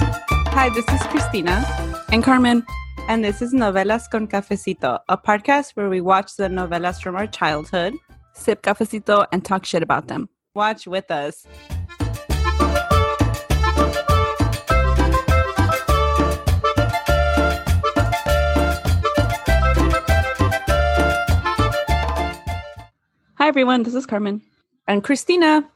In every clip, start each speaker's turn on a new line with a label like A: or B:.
A: Hi, this is Christina
B: and Carmen.
A: and this is Novelas con Cafecito, a podcast where we watch the novelas from our childhood.
B: Sip cafecito and talk shit about them.
A: Watch with us.
B: Hi everyone, this is Carmen
A: And Christina,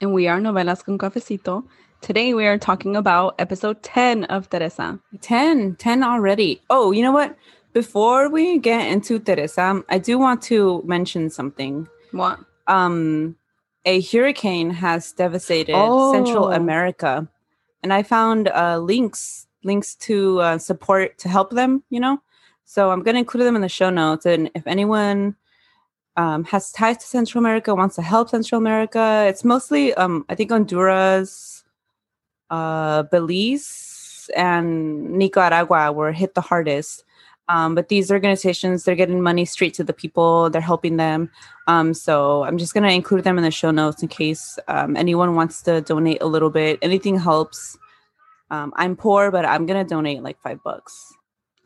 B: and we are Novelas con Cafecito. Today we are talking about episode 10 of Teresa.
A: 10, 10 already. Oh, you know what? Before we get into Teresa, I do want to mention something.
B: What?
A: um, a hurricane has devastated Central
B: Oh.
A: America, and I found uh, links links to uh, support to help them. You know, so I'm going to include them in the show notes. And if anyone um, has ties to Central America, wants to help Central America, it's mostly um, I think Honduras, uh, Belize, and Nicaragua were hit the hardest. Um, but these organizations, they're getting money straight to the people. They're helping them. Um, so I'm just gonna include them in the show notes in case um, anyone wants to donate a little bit. Anything helps. Um, I'm poor, but I'm gonna donate like five bucks.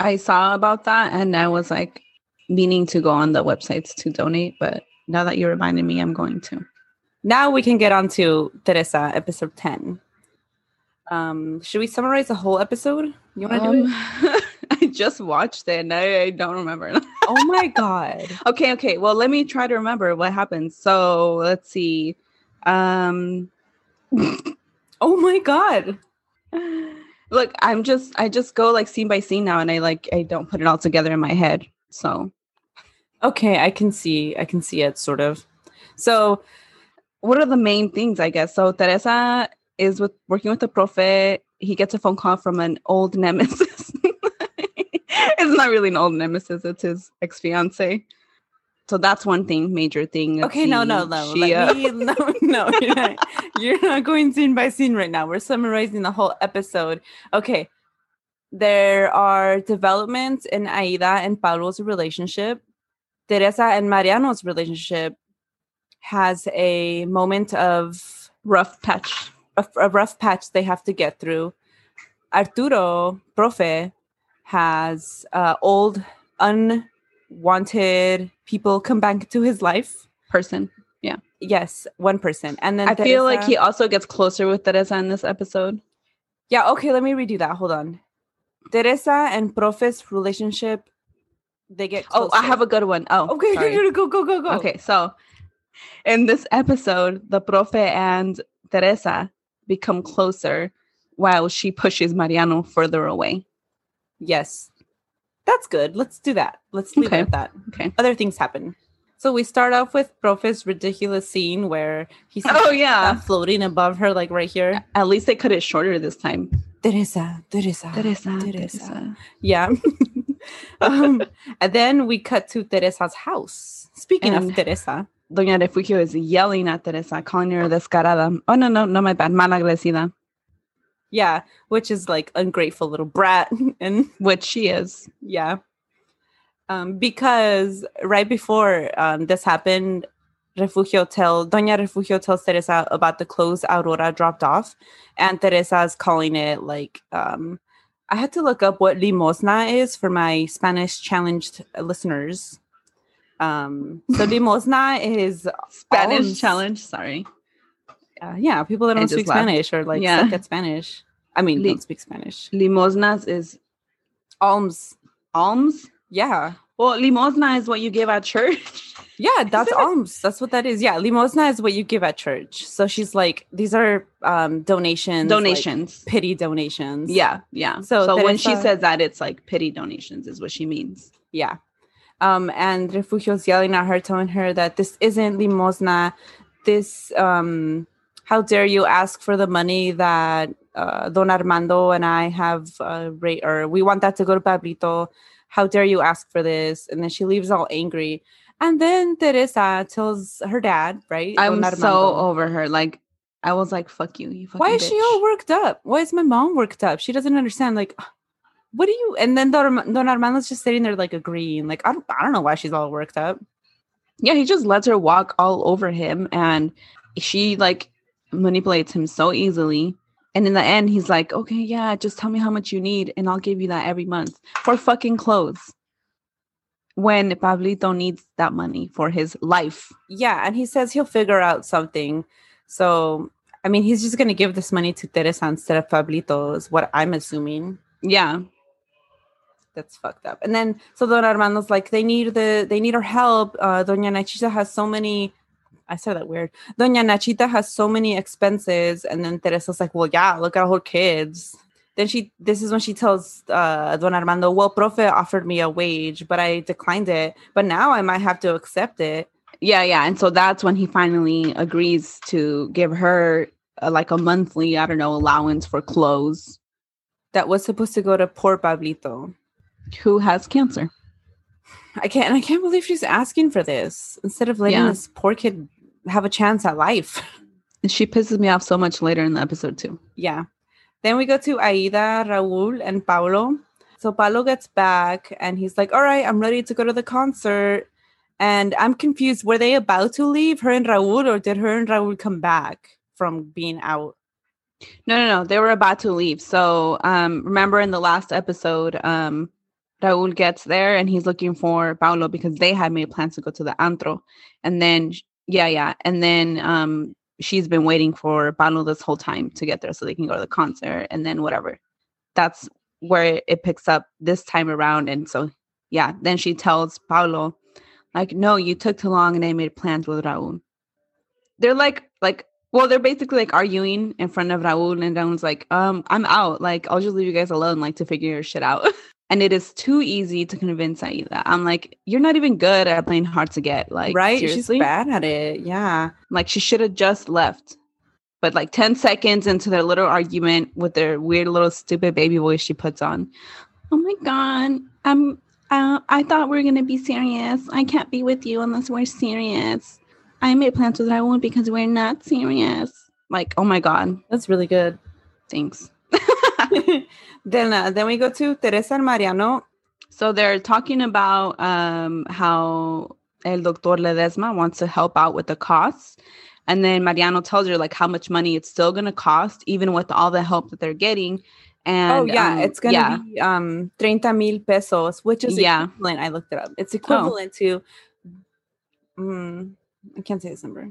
B: I saw about that and I was like meaning to go on the websites to donate, but now that you reminded me, I'm going to.
A: Now we can get on to Teresa, episode ten. Um, should we summarize the whole episode? You wanna do it?
B: Um, I just watched it and I, I don't remember.
A: Oh my god.
B: Okay, okay. Well, let me try to remember what happened. So let's see. Um
A: Oh my god.
B: look, I'm just I just go like scene by scene now and I like I don't put it all together in my head. So
A: Okay, I can see I can see it sort of. So
B: what are the main things I guess? So Teresa is with working with the prophet. He gets a phone call from an old nemesis. it's not really an old nemesis, it's his ex-fiance. So that's one thing, major thing. Let's
A: Okay, no,
B: see.
A: no, no.
B: She,
A: let
B: uh,
A: me- no, no. You're not, you're not going scene by scene right now. We're summarizing the whole episode. Okay. There are developments in Aida and Pablo's relationship. Teresa and Mariano's relationship has a moment of
B: rough patch.
A: a, a rough patch they have to get through. Arturo Profe has uh, old, unwanted people come back to his life.
B: Person.
A: Yes, one person. And then
B: I feel like
A: Teresa-
B: he also gets closer with Teresa in this episode.
A: Yeah, okay, let me redo that. Hold on. Teresa and Profe's relationship, they get
B: Oh, I have a
A: closer.
B: good one. Oh,
A: Okay,
B: sorry.
A: go go go go.
B: Okay, so in this episode, the profe and Teresa become closer while she pushes Mariano further away.
A: Yes. That's good. Let's do that. Let's leave
B: Okay.
A: it at that.
B: Okay.
A: Other things happen. So we start off with Profe's ridiculous scene where he's
B: Oh yeah.
A: floating above her, like right here.
B: At least they cut it shorter this time.
A: Teresa, Teresa.
B: Teresa,
A: Teresa.
B: Teresa.
A: Yeah. um, and then we cut to Teresa's house. Speaking
B: And-
A: of Teresa.
B: Doña Refugio is yelling at Teresa, calling her descarada. Oh no, no, no, my bad, malagradecida,
A: Yeah, which is like ungrateful little brat. And
B: which she is.
A: yeah. Um, because right before um, this happened, Refugio tell Doña Refugio tells Teresa about the clothes Aurora dropped off, and Teresa's calling it like um, I had to look up what limosna is for my Spanish challenged listeners. Um, so limosna is
B: Spanish
A: Alms.
B: challenge. Sorry.
A: uh, yeah, people that
B: I
A: don't
B: just
A: speak
B: laughed.
A: Spanish or like
B: Yeah.
A: suck at Spanish. I mean,
B: Li-
A: don't speak Spanish.
B: Limosnas is
A: Alms,
B: alms.
A: yeah.
B: Well, limosna is what you give at church.
A: Yeah, that's
B: it?
A: alms. That's what that is. Yeah, limosna is what you give at church. So she's like, these are um, donations, like
B: donations.
A: pity donations.
B: Yeah, yeah.
A: So
B: So, when she
A: Teresa-
B: says that, it's like pity donations is what she means.
A: yeah. Um, and Refugio's yelling at her, telling her that this isn't limosna. This, um, how dare you ask for the money that uh, Don Armando and I have, uh, ra- or we want that to go to Pablito. How dare you ask for this? And then she leaves all angry. And then Teresa tells her dad, right?
B: I'm
A: Don
B: so
A: Armando.
B: over her. Like I was like, "Fuck you, you fucking."
A: why is she all
B: bitch."
A: worked up? Why is my mom worked up? She doesn't understand. Like, what do you? And then Don, Don Armando's just sitting there like agreeing. Like, I don't, I don't know why she's all worked up.
B: Yeah, he just lets her walk all over him, and she like manipulates him so easily. And in the end, he's like, okay, yeah, just tell me how much you need and I'll give you that every month for fucking clothes. When Pablito needs that money for his life.
A: Yeah, and he says he'll figure out something. So, I mean, he's just going to give this money to Teresa instead of Pablito, is what I'm assuming.
B: Yeah.
A: That's fucked up. And then, so Don Armando's like, they need the, they need our help. Uh, Doña Nachita has so many, I said that weird. Doña Nachita has so many expenses. And then Teresa's like, well, yeah, look at all her kids. Then she, this is when she tells uh, Don Armando, well, Profe offered me a wage, but I declined it. But now I might have to accept it.
B: Yeah, yeah. And so that's when he finally agrees to give her uh, like a monthly, I don't know, allowance for clothes.
A: That was supposed to go to poor Pablito.
B: Who has cancer?
A: I can't. I can't believe she's asking for this instead of letting
B: Yeah.
A: this poor kid have a chance at life.
B: And she pisses me off so much later in the episode, too.
A: Yeah. Then we go to Aida, Raul, and Paulo. So Paulo gets back and he's like, All right, I'm ready to go to the concert. And I'm confused. Were they about to leave her and Raul, or did her and Raul come back from being out?
B: No, no, no. They were about to leave. So um, remember in the last episode, um, Raul gets there and he's looking for Paulo because they had made plans to go to the antro. And then, yeah, yeah. And then um, she's been waiting for Paulo this whole time to get there so they can go to the concert and then whatever. That's where it picks up this time around. And so, yeah, then she tells Paulo, like, no, you took too long and they made plans with Raul. They're like, like, well, they're basically like arguing in front of Raul, and Raul's like, um, I'm out. Like, I'll just leave you guys alone, like, to figure your shit out. and it is too easy to convince Aida. I'm like, you're not even good at playing hard to get. Like,
A: right?
B: seriously?
A: She's bad at it. Yeah.
B: Like, she should have just left. But like 10 seconds into their little argument with their weird little stupid baby voice she puts on. Oh my God. I'm, uh, I thought we were going to be serious. I can't be with you unless we're serious. I made plans with Raul because we're not serious. Like, oh my God.
A: That's really good.
B: Thanks.
A: then uh, then we go to Teresa and Mariano.
B: So they're talking about um, how El Doctor Ledesma wants to help out with the costs. And then Mariano tells her like how much money it's still going to cost, even with all the help that they're getting. And
A: oh, yeah.
B: um,
A: it's going to
B: yeah,
A: be um, 30 mil pesos, which is
B: Yeah. Oh.
A: equivalent. I looked it up. It's equivalent to, mm, I can't say this number.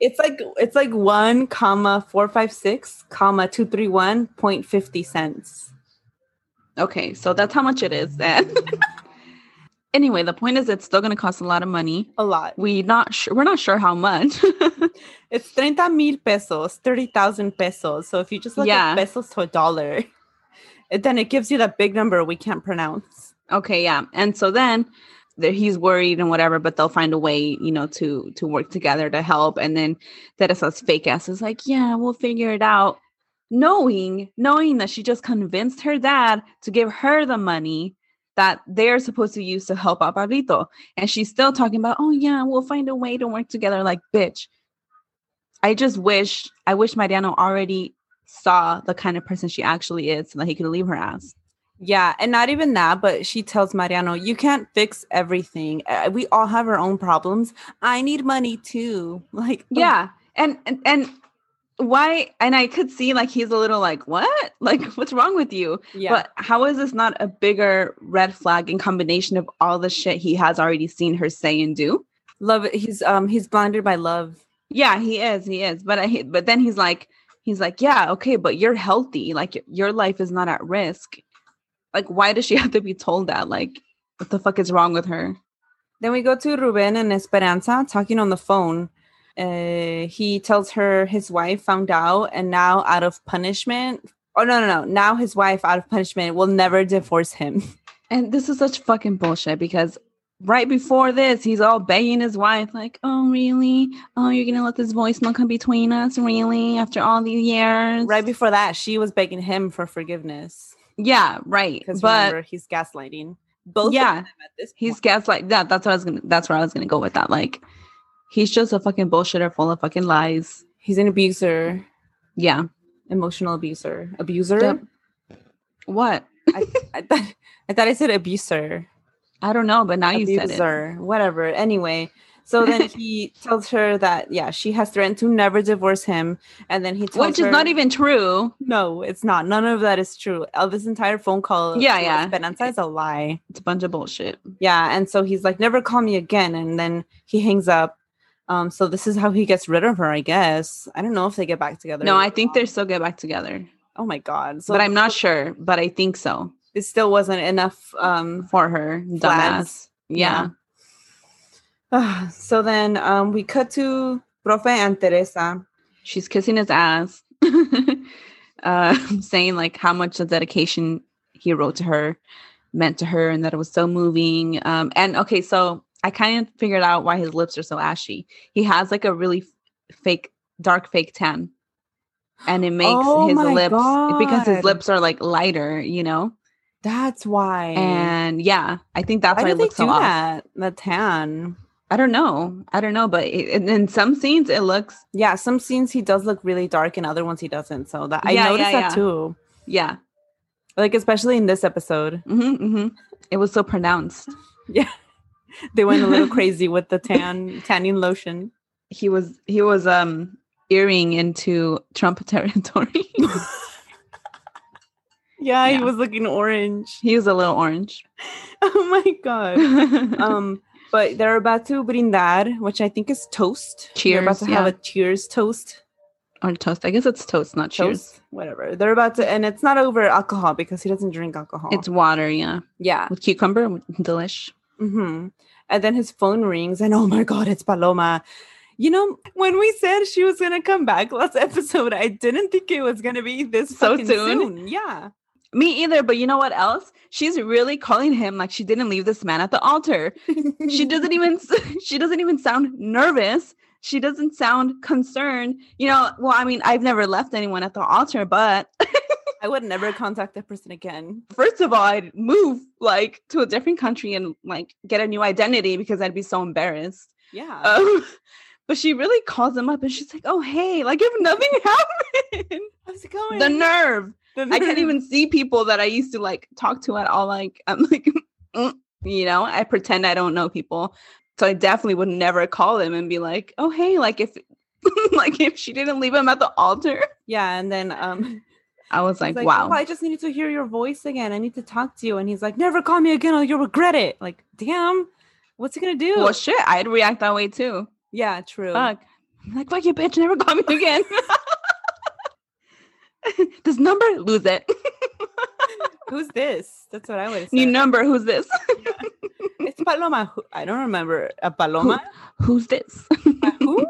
A: It's like it's like one comma four five six comma two three one point fifty cents.
B: okay. So that's how much it is then. anyway, the point is it's still going to cost a lot of money.
A: A lot.
B: We not sure we're not sure how much.
A: It's 30 mil pesos, 30,000 pesos. So if you just look
B: Yeah.
A: at pesos to a dollar, it, then it gives you that big number we can't pronounce.
B: Okay, yeah. And so then that he's worried and whatever, but they'll find a way, you know, to to work together to help. And then Teresa's fake ass is like, yeah, we'll figure it out. Knowing, knowing that she just convinced her dad to give her the money that they're supposed to use to help out Pablito. And she's still talking about, oh yeah, we'll find a way to work together. Like, bitch. I just wish, I wish Mariano already saw the kind of person she actually is so that he could leave her ass.
A: Yeah, and not even that, but she tells Mariano, "You can't fix everything. Uh, We all have our own problems. I need money too." Like, oh,
B: yeah and, and and why and i could see like he's a little like what like what's wrong with you
A: yeah,
B: but how is this not a bigger red flag in combination of all the shit he has already seen her say and do
A: love. it. He's um he's blinded by love.
B: yeah he is he is but i hate- but then he's like he's like yeah okay but you're healthy like y- your life is not at risk like why does she have to be told that like what the fuck is wrong with her
A: Then we go to Ruben and Esperanza talking on the phone. Uh, he tells her his wife found out, and now out of punishment. Oh no, no, no! Now his wife, out of punishment, will never divorce him.
B: And this is such fucking bullshit because right before this, he's all begging his wife, like, oh, really? Oh, you're going to let this voicemail come between us? Really? After all these years?
A: right before that, she was begging him for forgiveness
B: Yeah, right.
A: because
B: But
A: remember he's gaslighting both.
B: Yeah.
A: of them at this
B: he's
A: point.
B: gaslight. That, that's what I was going to, that's where I was going to go with that. Like, he's just a fucking bullshitter full of fucking lies.
A: he's an abuser.
B: Yeah.
A: emotional abuser abuser
B: Yep. What?
A: I, thought, I thought i said abuser
B: I don't know, but now you
A: abuser
B: said it.
A: whatever anyway So then he tells her that yeah, she has threatened to never divorce him, and then he tells
B: Which is
A: her-
B: not even true.
A: no, it's not. None of that is true. Uh, This entire phone call,
B: Yeah,
A: to
B: yeah.
A: Esperanza is a lie.
B: It's a bunch of bullshit.
A: Yeah, and so he's like, "Never call me again," and then he hangs up. Um, so this is how he gets rid of her, I guess. I don't know if they get back together.
B: No, I think they still get back together,
A: Oh my god! So
B: but I'm not sure. But I think so
A: It still wasn't enough. Um,
B: for her, dumbass.
A: Flags.
B: Yeah.
A: Ah, so then um, we cut to Profe and Teresa.
B: she's kissing his ass, uh, saying like how much the dedication he wrote to her meant to her, and that it was so moving. Um, and okay, so I kind of figured out why his lips are so ashy. He has like a really f- fake, dark fake tan, and it makes
A: Oh
B: his
A: my
B: lips because his
A: God.
B: lips are like lighter, you know.
A: That's why.
B: And yeah, I think that's
A: why
B: why,
A: do
B: it
A: they
B: looks
A: do
B: so off.
A: that? The tan.
B: I don't know. I don't know, but it, in some scenes it looks
A: Yeah, some scenes he does look really dark, and other ones he doesn't. So that I
B: Yeah,
A: noticed
B: yeah,
A: that
B: yeah.
A: too.
B: yeah.
A: Like especially in this episode,
B: hmm hmm It was so pronounced.
A: they went a little crazy with the tan tanning lotion.
B: he was he was um earring into Trump territory.
A: Yeah,
B: Yeah.
A: he was looking orange.
B: he was a little orange.
A: Oh my god. um, but they're about to brindar, which I think is toast. They're about
B: Cheers,
A: to have
B: yeah.
A: a cheers toast.
B: or toast. I guess it's toast, not cheers.
A: Toast, whatever. They're about to, and it's not over alcohol because he doesn't drink alcohol.
B: It's water, yeah,
A: yeah.
B: with cucumber, delish.
A: hmm And then his phone rings, and oh my god, it's Paloma. You know, when we said she was gonna come back last episode, I didn't think it was gonna be this
B: So
A: fucking
B: soon?
A: soon. Yeah.
B: Me either, but you know what else? She's really calling him like she didn't leave this man at the altar. She doesn't even she doesn't even sound nervous. She doesn't sound concerned. You know, well, I mean, I've never left anyone at the altar, but
A: I would never contact that person again.
B: first of all, I'd move like to a different country and like get a new identity because I'd be so embarrassed.
A: Yeah.
B: Um, but she really calls him up and she's like, "Oh hey, like if nothing happened,
A: How's it going?
B: the nerve!
A: The
B: I can't
A: nerve.
B: even see people that I used to like talk to at all. Like I'm like, mm, you know, I pretend I don't know people, so I definitely would never call them and be like, "Oh hey, like if like if she didn't leave him at the altar."
A: Yeah, and then um
B: I was
A: he's
B: like,
A: like,
B: "Wow,
A: "Oh, I just needed to hear your voice again. I need to talk to you. And he's like, Never call me again or you'll regret it. Like, damn, what's he gonna do?
B: well Uh, shit, I'd react that way too."
A: yeah, true.
B: Fuck. I'm like, fuck you, bitch. Never call me again. this number, lose it.
A: Who's this? That's what I would have
B: New
A: said.
B: number, who's this?
A: It's Paloma. Who- I don't remember a Paloma.
B: Who's this?
A: A Who?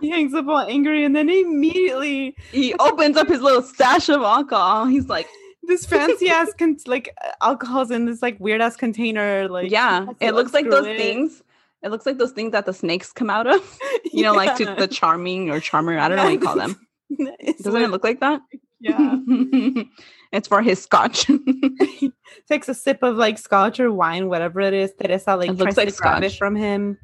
A: he hangs up all angry and then immediately
B: He opens up his little stash of alcohol. He's like,
A: this fancy ass con- like uh, alcohol's in this like weird ass container. Like
B: yeah,
A: has to
B: it looks like those
A: unscrew it.
B: things. It looks like those things that the snakes come out of. You know, like to
A: Yeah.
B: the charming or charmer. I don't know what you call them.
A: It's
B: Doesn't
A: weird.
B: it look like that?
A: yeah.
B: it's for his scotch.
A: takes a sip of like scotch or wine, whatever it is. Teresa like
B: It looks
A: tries
B: like
A: to grab it
B: scotch.
A: from him.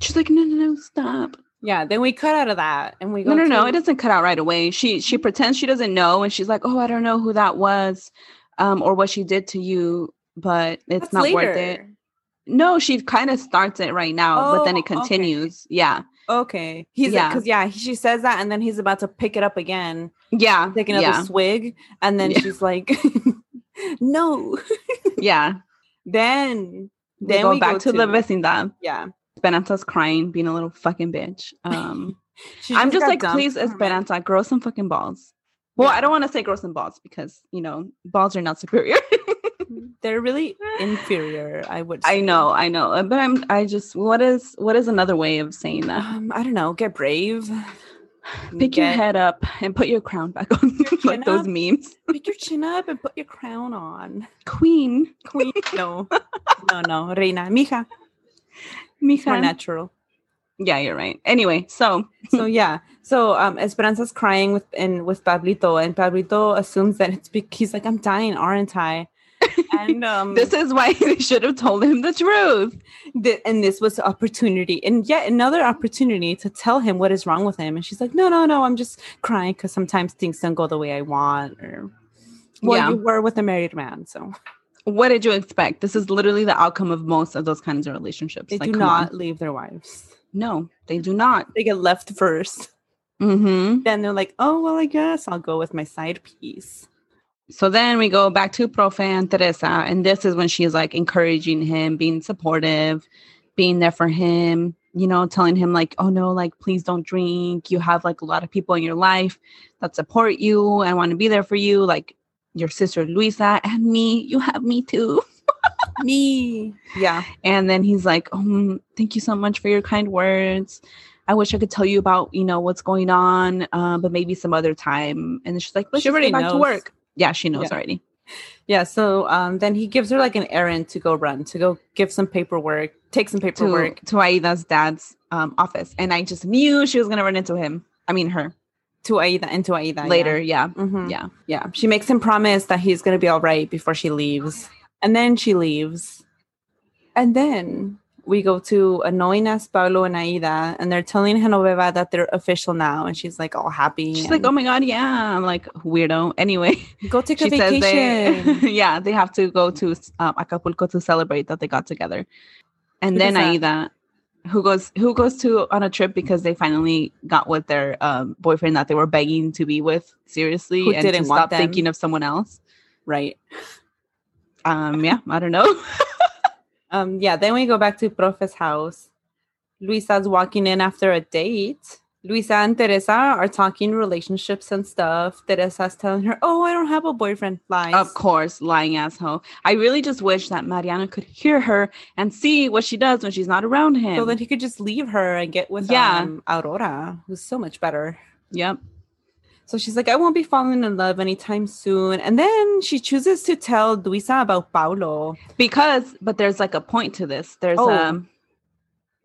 B: She's like, no, no, no, stop.
A: Yeah. Then we cut out of that and we go.
B: No, no, no.
A: to-
B: It doesn't cut out right away. She she pretends she doesn't know, and she's like, "Oh, I don't know who that was, um, or what she did to you, but it's
A: That's
B: not worth it."
A: later.
B: No, she kind of starts it right now, but then
A: Oh,
B: it
A: okay.
B: continues. Yeah,
A: Okay. He's
B: Yeah.
A: yeah. Cause yeah, he- she says that and then he's about to pick it up again,
B: yeah,
A: take another
B: yeah,
A: swig. And then
B: Yeah.
A: she's like, no.
B: yeah.
A: Then,
B: We
A: then
B: go
A: we
B: back to, the
A: best.
B: vecindad.
A: Yeah.
B: Esperanza's crying, being a little fucking bitch. Um,
A: She
B: I'm just
A: got
B: like,
A: dumped
B: please,
A: from her man.
B: Esperanza, grow some fucking balls. Well, I
A: Yeah.
B: don't want to say grow some balls because you know balls are not superior.
A: They're really inferior. I would.
B: I
A: say.
B: know, I know, uh, but I'm. I just what is what is another way of saying that?
A: Um, I don't know. Get brave. Mm,
B: Pick your
A: Get-
B: head up and put your crown back on,
A: Your chin
B: like those
A: up?
B: memes.
A: Pick your chin up and put your crown on.
B: Queen,
A: Queen. No. no, no. Reina. Mija. It's more
B: Mija.
A: natural.
B: Yeah, you're right. Anyway, so
A: So yeah. So um Esperanza's crying with and with Pablito and Pablito assumes that it's because he's like, I'm dying, aren't I? And um
B: this is why they should have told him the truth.
A: th- and this was the opportunity and yet another opportunity to tell him what is wrong with him. And she's like, No, no, no, I'm just crying because sometimes things don't go the way I want or well,
B: Yeah.
A: you were with a married man, so
B: what did you expect? This is literally the outcome of most of those kinds of relationships.
A: They
B: Like,
A: do
B: come on.
A: not leave their wives.
B: No, they do not.
A: They get left first.
B: hmm
A: Then they're like, oh, well, I guess I'll go with my side piece.
B: So then we go back to Profe and Teresa, and this is when she's like encouraging him, being supportive, being there for him, you know, telling him, like, oh no, like, please don't drink. You have like a lot of people in your life that support you and want to be there for you, like your sister Luisa and me. You have me too.
A: Me. Yeah.
B: And then he's like, um, thank you so much for your kind words. I wish I could tell you about, you know, what's going on, uh, but maybe some other time. And then she's like, let's
A: She
B: just
A: already
B: get back to
A: knows.
B: work. Yeah, she knows
A: Yeah.
B: already.
A: Yeah. So um, then he gives her like an errand to go run, to go give some paperwork, take some
B: to
A: paperwork.
B: to Aida's dad's um, office, and I just knew she was gonna run into him. I mean, her
A: to Aida and to Aida yeah.
B: later. Yeah.
A: Mhm.
B: Yeah.
A: Yeah. She makes him promise that he's going to be all right before she leaves. And then she leaves. And then we go to annoying ass Paulo and Aida, and they're telling Genoveva that they're official now. And she's like all happy.
B: She's
A: and,
B: like, "Oh my god, yeah!" I'm like, "Weirdo." Anyway,
A: go take a
B: she says
A: vacation.
B: they, yeah, they have to go to um, Acapulco to celebrate that they got together, and
A: Who
B: then
A: does
B: Aida, who goes who goes to on a trip because they finally got with their um, boyfriend that they were begging to be with seriously,
A: Who
B: and
A: didn't
B: to
A: want
B: stop
A: them.
B: thinking of someone else.
A: right.
B: Um, yeah, I don't know.
A: Um, yeah. Then we go back to Profe's house. Luisa's walking in after a date. Luisa and Teresa are talking relationships and stuff. Teresa's telling her, "Oh, I don't have a boyfriend." Lies.
B: Of course, lying asshole. I really just wish that Mariana could hear her and see what she does when she's not around him.
A: So then he could just leave her and get with
B: Yeah.
A: um, Aurora, who's so much better.
B: yep.
A: So she's like, I won't be falling in love anytime soon. And then she chooses to tell Luisa about Paulo.
B: Because, but there's like a point to this. There's
A: Oh.
B: um,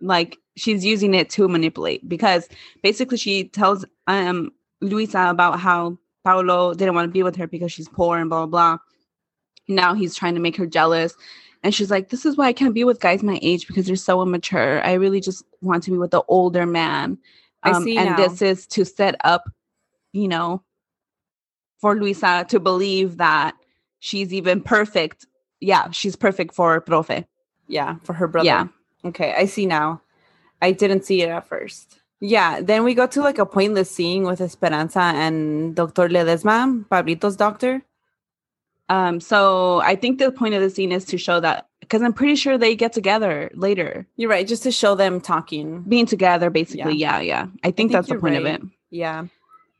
B: like she's using it to manipulate. Because basically, she tells um Luisa about how Paolo didn't want to be with her because she's poor and blah blah. blah. Now he's trying to make her jealous. And she's like, This is why I can't be with guys my age because they're so immature. I really just want to be with the older man. Um,
A: I see
B: and
A: now.
B: this is to set up, you know, for Luisa to believe that she's even perfect. Yeah, she's perfect for Profe.
A: Yeah, for her brother.
B: Yeah.
A: Okay, I see now. I didn't see it at first. Yeah, then we go to like a pointless scene with Esperanza and Dr. Ledesma, Pablito's doctor.
B: Um, so I think the point of the scene is to show that because I'm pretty sure they get together later,
A: You're right, just to show them talking.
B: being together basically. Yeah, yeah. I think,
A: think
B: that's the
A: you're
B: point
A: right.
B: of it.
A: Yeah.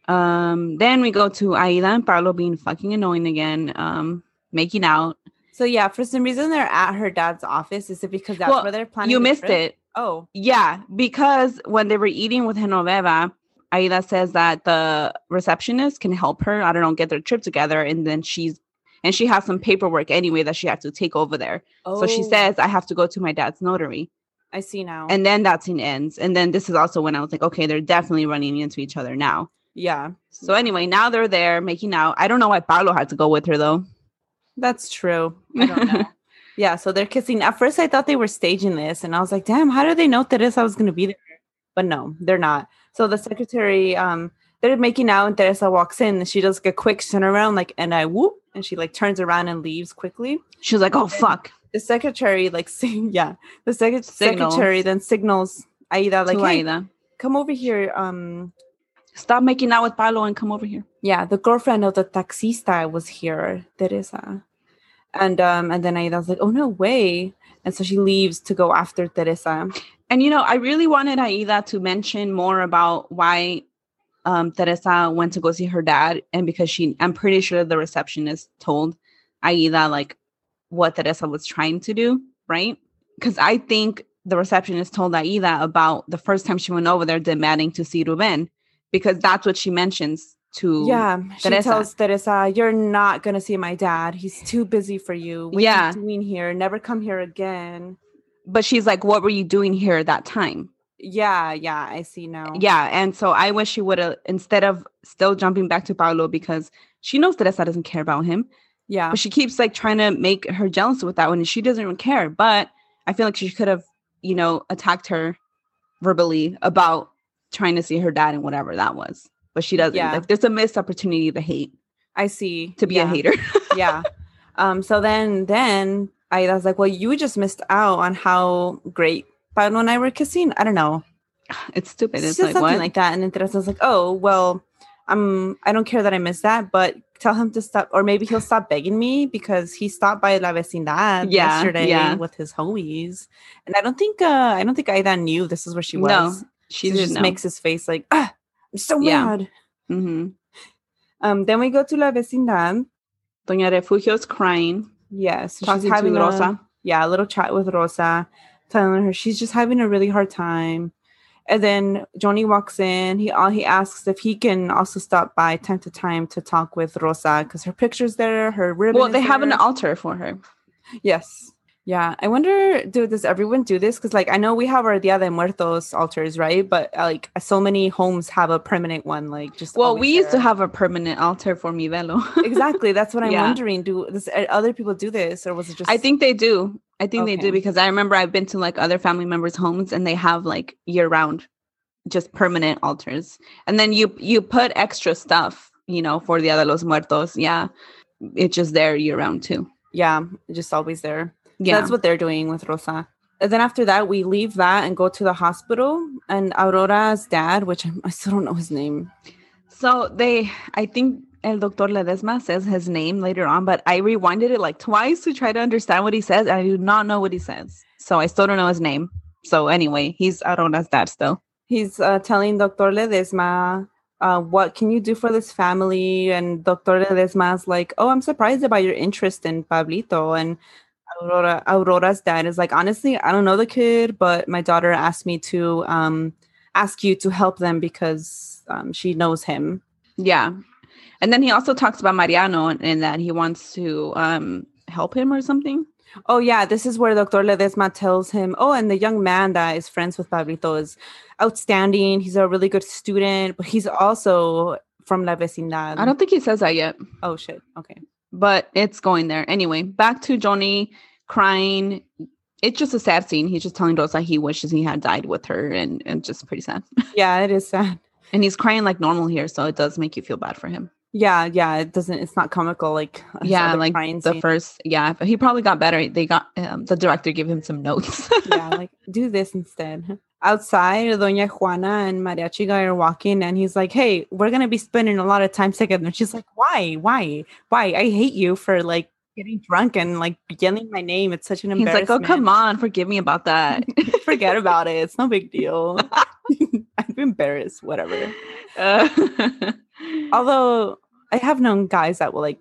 B: Um, then we go to Aida and Pablo being fucking annoying again, um, making out.
A: So yeah, for some reason they're at her dad's office. Is it because that's
B: Well,
A: where they're planning?
B: you
A: the
B: missed
A: trip?
B: it.
A: Oh,
B: Yeah, because when they were eating with Genoveva, Aida says that the receptionist can help her, I don't know, get their trip together. And then she's, and she has some paperwork anyway that she had to take over there. So she
A: Oh,
B: says, I have to go to my dad's notary.
A: I see now.
B: And then that scene ends. And then this is also when I was like, okay, they're definitely running into each other now.
A: yeah,
B: So anyway, now they're there making out. I don't know why Pablo had to go with her though.
A: that's true. I don't know. yeah, so they're kissing. At first, I thought they were staging this, and I was like, damn, how do they know Teresa was going to be there? But no, they're not. So the secretary, um, they're making out, and Teresa walks in, and she does like a quick turnaround, like, and I whoop, and she like turns around and leaves quickly.
B: She was like, oh, fuck.
A: The secretary, like, sing, yeah, the sec-
B: Signals.
A: secretary then signals Aida, like,
B: to
A: hey,
B: Aida.
A: come over here. Um,
B: Stop making out with Paolo and come over here.
A: yeah, the girlfriend of the taxista was here, Teresa. And um, and then Aida's like, oh no way. And so she leaves to go after Teresa.
B: And you know, I really wanted Aida to mention more about why um, Teresa went to go see her dad, and because she, I'm pretty sure the receptionist told Aida like what Teresa was trying to do, right? Because I think the receptionist told Aida about the first time she went over there demanding to see Ruben, because that's what she mentions to
A: yeah. She
B: Teresa.
A: tells Teresa, You're not gonna see my dad. He's too busy for you. What
B: Yeah.
A: are you doing here? Never come here again.
B: But she's like, "What were you doing here at that time?"
A: Yeah, yeah, I see now.
B: Yeah, and so I wish she would have instead of still jumping back to Paolo because she knows Teresa doesn't care about him,
A: Yeah.
B: but she keeps like trying to make her jealous with that one, and she doesn't even care. But I feel like she could have, you know, attacked her verbally about trying to see her dad and whatever that was, but she doesn't.
A: Yeah.
B: Like, there's a missed opportunity to hate,
A: I see.
B: to be a
A: Yeah.
B: hater.
A: yeah. Um, so then, then I, I was like, well, you just missed out on how great Pablo and I were kissing. I don't know.
B: It's stupid. It's
A: She said
B: like
A: something
B: what?
A: like that. And then Teresa was like, oh, well, I'm, I don't care that I missed that, but tell him to stop. Or maybe he'll stop begging me because he stopped by La Vecindad
B: Yeah,
A: yesterday
B: yeah.
A: with his homies. And I don't think, uh, I don't think Aida knew this is where she was.
B: No,
A: she
B: she
A: just
B: didn't know.
A: makes his face like, ah, I'm so
B: Yeah.
A: mad.
B: hmm
A: Um, then we go to La Vecindad.
B: Doña Refugio's crying,
A: Yes,
B: talking to
A: a-
B: Rosa.
A: yeah, a little chat with Rosa, telling her she's just having a really hard time. And then Johnny walks in. He all he asks if he can also stop by time to time to talk with Rosa because her picture's there, her ribbon.
B: Well,
A: is
B: they have an
A: there.
B: altar for her.
A: yes, yeah. I wonder, do does everyone do this? Because like I know we have our Dia de Muertos altars, right? But uh, like so many homes have a permanent one, like just.
B: Well,
A: always
B: we used to
A: there.
B: have a permanent altar for mi velo.
A: exactly. That's what I'm
B: Yeah.
A: wondering. Do does uh, other people do this, or was it just?
B: I think they do. I think they
A: Okay.
B: do because I remember I've been to like other family members' homes and they have like year round, just permanent altars. And then you you put extra stuff, you know, for Dia de los Muertos. Yeah, it's just there year round too.
A: yeah, just always there. So
B: Yeah,
A: That's what they're doing with Rosa. And then after that, we leave that and go to the hospital. And Aurora's dad, which I'm, I still don't know his name.
B: So they, I think El Doctor Ledesma says his name later on, but I rewinded it like twice to try to understand what he says, and I do not know what he says. So I still don't know his name. So anyway, he's Arona's dad still.
A: He's uh, telling Dr. Ledesma, uh, What can you do for this family? And Dr. Ledesma's like, Oh, I'm surprised about your interest in Pablito. And Aurora, Aurora's dad is like, Honestly, I don't know the kid, but my daughter asked me to um, ask you to help them because um, she knows him.
B: Yeah. And then he also talks about Mariano and, and that he wants to um help him or something.
A: Oh yeah, this is where Dr. Ledesma tells him, "Oh, and the young man that is friends with Pablito is outstanding. He's a really good student, but he's also from La Vecindad."
B: I don't think he says that yet,
A: oh shit. Okay.
B: but it's going there. Anyway, back to Johnny crying. It's just a sad scene. He's just telling Rosa he wishes he had died with her and, and just pretty sad.
A: Yeah, it is sad.
B: And he's crying like normal here, so it does make you feel bad for him.
A: Yeah, yeah. It doesn't. It's not comical like his
B: yeah,
A: other
B: like
A: crying
B: the
A: scene.
B: first, yeah, he probably got better. They got um, the director gave him some notes.
A: yeah, like do this instead. Outside, Doña Juana and Mariachi guy are walking, and he's like, "Hey, we're gonna be spending a lot of time together." And she's like, "Why? Why? Why? I hate you for like getting drunk and like yelling my name. It's such an
B: he's
A: embarrassment."
B: like, "Oh, come on, forgive me about that."
A: forget about it. It's no big deal. I'm embarrassed, whatever.
B: Uh,
A: Although I have known guys that will like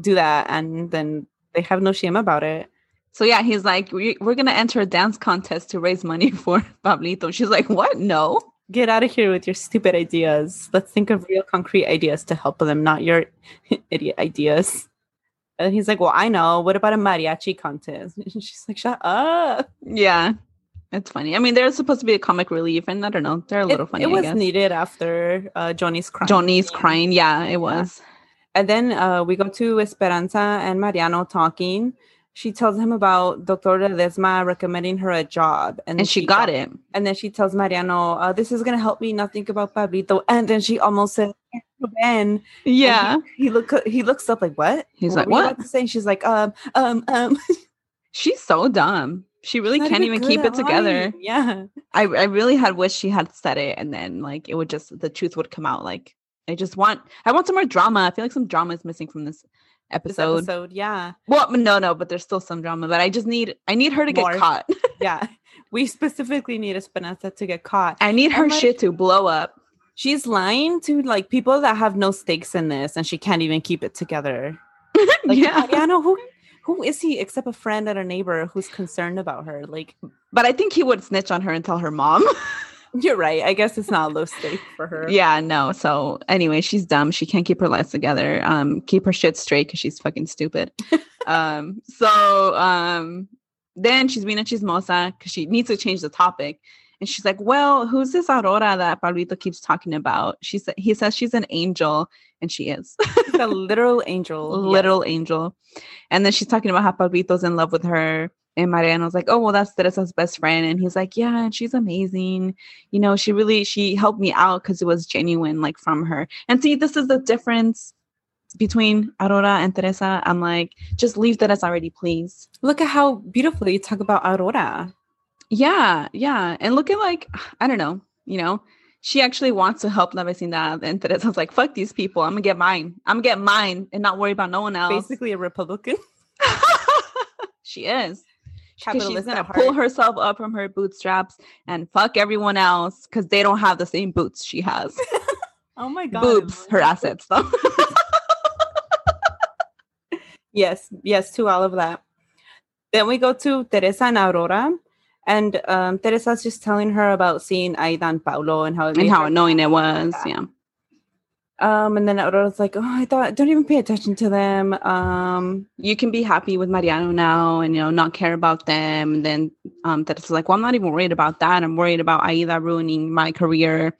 A: do that and then they have no shame about it.
B: so yeah, he's like, we, "We're gonna enter a dance contest to raise money for Pablito." She's like, "What? No."
A: Get out of here with your stupid ideas. Let's think of real concrete ideas to help them, not your idiot ideas. And he's like, Well, I know. What about a mariachi contest? And she's like, Shut up.
B: Yeah, it's funny. I mean, they're supposed to be a comic relief, and I don't know, they're a
A: It,
B: little funny.
A: it
B: I
A: was
B: guess.
A: needed after uh, Johnny's crying.
B: Johnny's
A: scene.
B: crying. Yeah, it was.
A: And then uh, we go to Esperanza and Mariano talking. She tells him about Dr. Ledesma recommending her a job. And,
B: And she got it.
A: And then she tells Mariano, uh, this is going to help me not think about Pablito. And then she almost said, Ben.
B: Yeah.
A: He, he, look, he looks up like, what?
B: He's like,
A: were you
B: "What?"
A: about to say? And she's like, um, um, um.
B: She's so dumb. She really
A: Not
B: can't even
A: good
B: keep
A: at
B: it together.
A: lying. Yeah.
B: I, I really had wished she had said it and then like it would just the truth would come out. Like I just want I want some more drama. I feel like some drama is missing from this
A: This
B: episode.
A: episode. Yeah.
B: Well, no, no, but there's still some drama. But I just need I need her to
A: More.
B: get caught.
A: Yeah. we specifically need Esperanza to get caught.
B: I need her
A: And, like-
B: shit to blow up.
A: She's lying to like people that have no stakes in this and she can't even keep it together. Like
B: yeah.
A: Mariano, who who is he except a friend and a neighbor who's concerned about her? Like
B: But I think he would snitch on her and tell her mom.
A: you're right. I guess it's not low stake for her.
B: yeah, no. So anyway, she's dumb. She can't keep her life together. Um, keep her shit straight because she's fucking stupid. um, so um, then she's being a chismosa because she needs to change the topic. And she's like, "Well, who's this Aurora that Pablito keeps talking about?" She said, "He says she's an angel, and she is
A: She's a literal angel. yes.
B: literal angel." And then she's talking about how Pablito's in love with her. And Mariano's like, oh, well, that's Teresa's best friend. And he's like, yeah, and she's amazing. You know, she really, she helped me out because it was genuine, like from her. And see, this is the difference between Aurora and Teresa, I'm like, just leave Teresa already, please.
A: Look at how beautifully you talk about Aurora.
B: Yeah, yeah. And look at like, I don't know, you know, she actually wants to help Navacinda. And Teresa's like, fuck these people. I'm gonna get mine. I'm gonna get mine and not worry about no one else.
A: Basically a Republican.
B: she is. 'Cause She's
A: Capitalist
B: gonna
A: at
B: pull
A: heart.
B: herself up from her bootstraps and fuck everyone else because they don't have the same boots she has.
A: Oh my god.
B: Boobs, her assets though.
A: Yes, yes, to all of that. Then we go to Teresa and Aurora. And um, Teresa's just telling her about seeing Aida and Paulo and how it
B: and
A: made
B: how
A: her-
B: annoying it was. Yeah.
A: Um, and then Aurora's like, oh, I thought, don't even pay attention to them. Um,
B: You can be happy with Mariano now and you know not care about them. And then um Teresa's like, Well, I'm not even worried about that. I'm worried about Aida ruining my career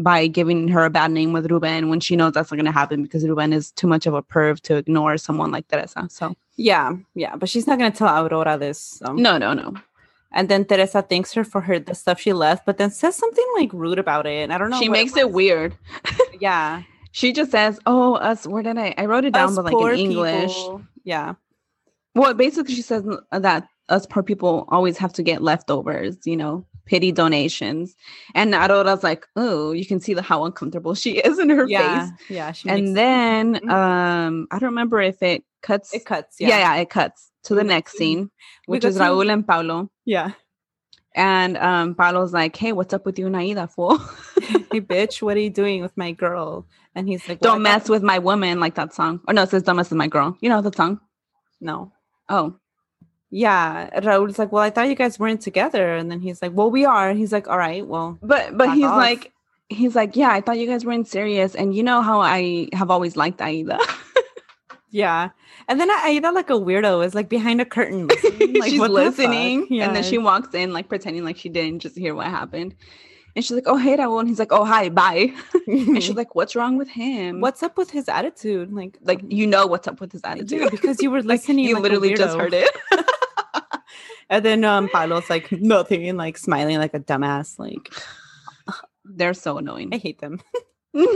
B: by giving her a bad name with Ruben when she knows that's not gonna happen because Ruben is too much of a perv to ignore someone like Teresa. So
A: yeah, yeah, but she's not gonna tell Aurora this. So.
B: no, no, no.
A: And then Teresa thanks her for her the stuff she left, but then says something like rude about it. And I don't know.
B: she
A: what
B: makes it
A: was.
B: weird.
A: Yeah.
B: She just says, "Oh, us. Where did I? I wrote it down,
A: Us
B: but like in
A: poor
B: English.
A: people. Yeah.
B: Well, basically, she says uh, that us poor people always have to get leftovers. You know, pity donations. And Arora's like, "Oh, you can see the, how uncomfortable she is in her
A: yeah.
B: face."
A: Yeah. She
B: And
A: makes-
B: then,
A: Mhm.
B: um, I don't remember if it cuts.
A: it cuts.
B: yeah. yeah, it cuts to
A: We
B: the
A: go
B: next
A: to-
B: scene,
A: we
B: which
A: go
B: is
A: to-
B: Raúl and Paulo.
A: Yeah.
B: And um, Paulo's like, "Hey, what's up with you, Naida fool?
A: hey, bitch, what are you doing with my girl? And he's like, "Well,
B: don't
A: I thought-
B: mess with my woman like that song." Or no, it says, "Don't mess with my girl." You know the song.
A: No.
B: Oh,
A: Yeah. Raul's like, well, I thought you guys weren't together. And then he's like, well, we are. And he's like, all right, well,
B: But but
A: Back
B: he's
A: off.
B: like he's like, yeah, I thought you guys weren't serious, and you know how I have always liked Aida.
A: yeah. And then Aida, like a weirdo, is like behind a curtain. Listening. Like,
B: she's
A: what the fuck?
B: listening, and then
A: Yes.
B: she walks in like pretending like she didn't just hear what happened, and she's like, oh hey Raul, and he's like, oh hi, bye, and she's like, what's wrong with him?
A: what's up with his attitude? Like,
B: like you know what's up with his
A: yeah,
B: attitude?
A: because you were
B: Like,
A: listening.
B: you
A: like a
B: literally just
A: weirdo.
B: heard it.
A: And then um, Paulo's like nothing, and like smiling like a dumbass. Like,
B: They're so
A: I
B: annoying.
A: hate them. then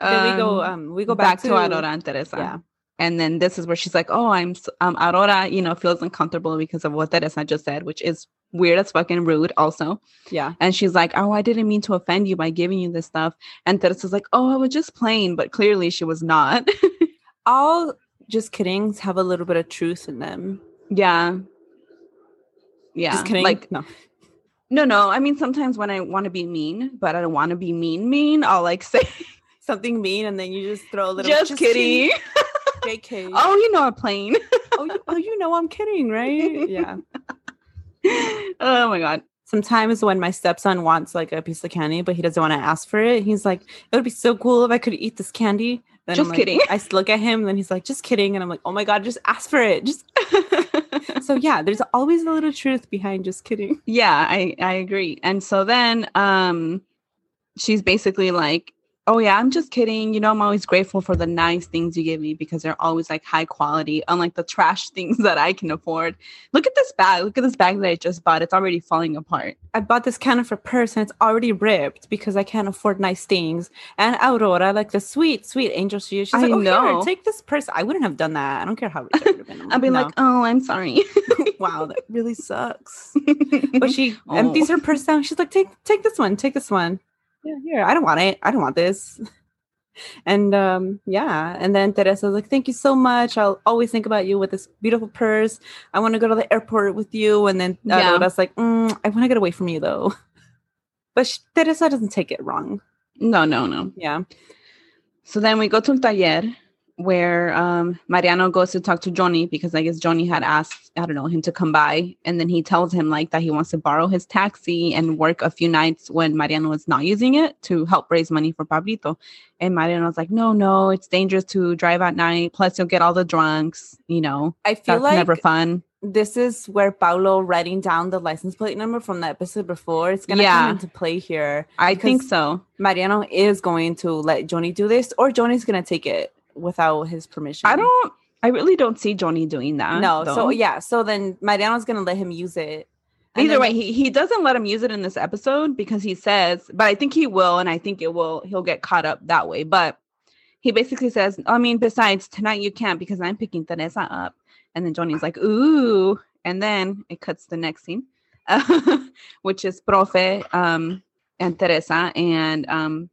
B: Um,
A: we go. Um, we go
B: back,
A: back,
B: to Aurora and Teresa.
A: Yeah.
B: And then this is where she's like, "Oh, I'm s- um Aurora, you know, feels uncomfortable because of what Teresa just said, which is weird as fucking rude, also."
A: Yeah.
B: And she's like, "Oh, I didn't mean to offend you by giving you this stuff." And Teresa's like, "Oh, I was just playing," but clearly she was not.
A: All just kiddings have a little bit of truth in them.
B: yeah, yeah.
A: Just kidding.
B: Like,
A: no.
B: no, no. I mean, sometimes when I want to be mean, but I don't want to be mean, mean, I'll like say,
A: something mean and then you just throw a little
B: "Just, kidding."
A: JK. Oh,
B: oh, you know, I'm playing.
A: you, oh, you know I'm kidding, right? Yeah.
B: oh my god.
A: Sometimes when my stepson wants like a piece of candy, but he doesn't want to ask for it, he's like, "It would be so cool if I could eat this candy." Then
B: Just
A: I'm like-
B: kidding.
A: I s- look at him, then he's like, "Just kidding," and I'm like, "Oh my god, just ask for it." Just so yeah, there's always a little truth behind just kidding.
B: Yeah, I I agree. And so then um she's basically like, "Oh yeah, I'm just kidding. You know, I'm always grateful for the nice things you give me because they're always like high quality, unlike the trash things that I can afford. Look at this bag. Look at this bag that I just bought. It's already falling apart."
A: I bought this can of a purse and it's already ripped because I can't afford nice things. And Aurora, like the sweet, sweet angel she is, she's
B: I
A: like, oh,
B: know.
A: Here, take this purse. I wouldn't have done that. I don't care how rich I would have been. I'm
B: I'll be
A: "No."
B: like, "Oh, I'm sorry."
A: wow, that really sucks. But she
B: Oh.
A: empties her purse down. She's like, take take this one, take this one. Yeah, here. I don't want it. I don't want this. And um, yeah. And then Teresa's like, thank you so much. I'll always think about you with this beautiful purse. I want to go to the airport with you. And then uh,
B: Yeah.
A: Loretta's like, "Mm, I want to get away from you though. But she, Teresa doesn't take it wrong.
B: no, no, no.
A: Yeah.
B: So then we go to El Taller where um, Mariano goes to talk to Johnny because I guess Johnny had asked, I don't know, him to come by. And then he tells him like that he wants to borrow his taxi and work a few nights when Mariano is not using it to help raise money for Pablito. And Mariano's like, no, no, it's dangerous to drive at night. Plus you'll get all the drunks, you know,
A: I feel
B: that's
A: like
B: never fun.
A: this is where Paulo writing down the license plate number from the episode before. It's gonna
B: Yeah.
A: come into play here.
B: I think
A: because-
B: so.
A: Mariano is going to let Joni do this, or Joni's going to take it without his permission.
B: I don't, I really don't see Johnny doing that.
A: know.
B: though.
A: So yeah, so then Mariano's going to let him use it. And
B: Either
A: then-
B: way, he, he doesn't let him use it in this episode because he says, but I think he will, and I think it will, he'll get caught up that way. But he basically says, I mean, besides tonight you can't because I'm picking Teresa up. And then Johnny's like, ooh. And then it cuts the next scene, which is Profe um, and Teresa. And um,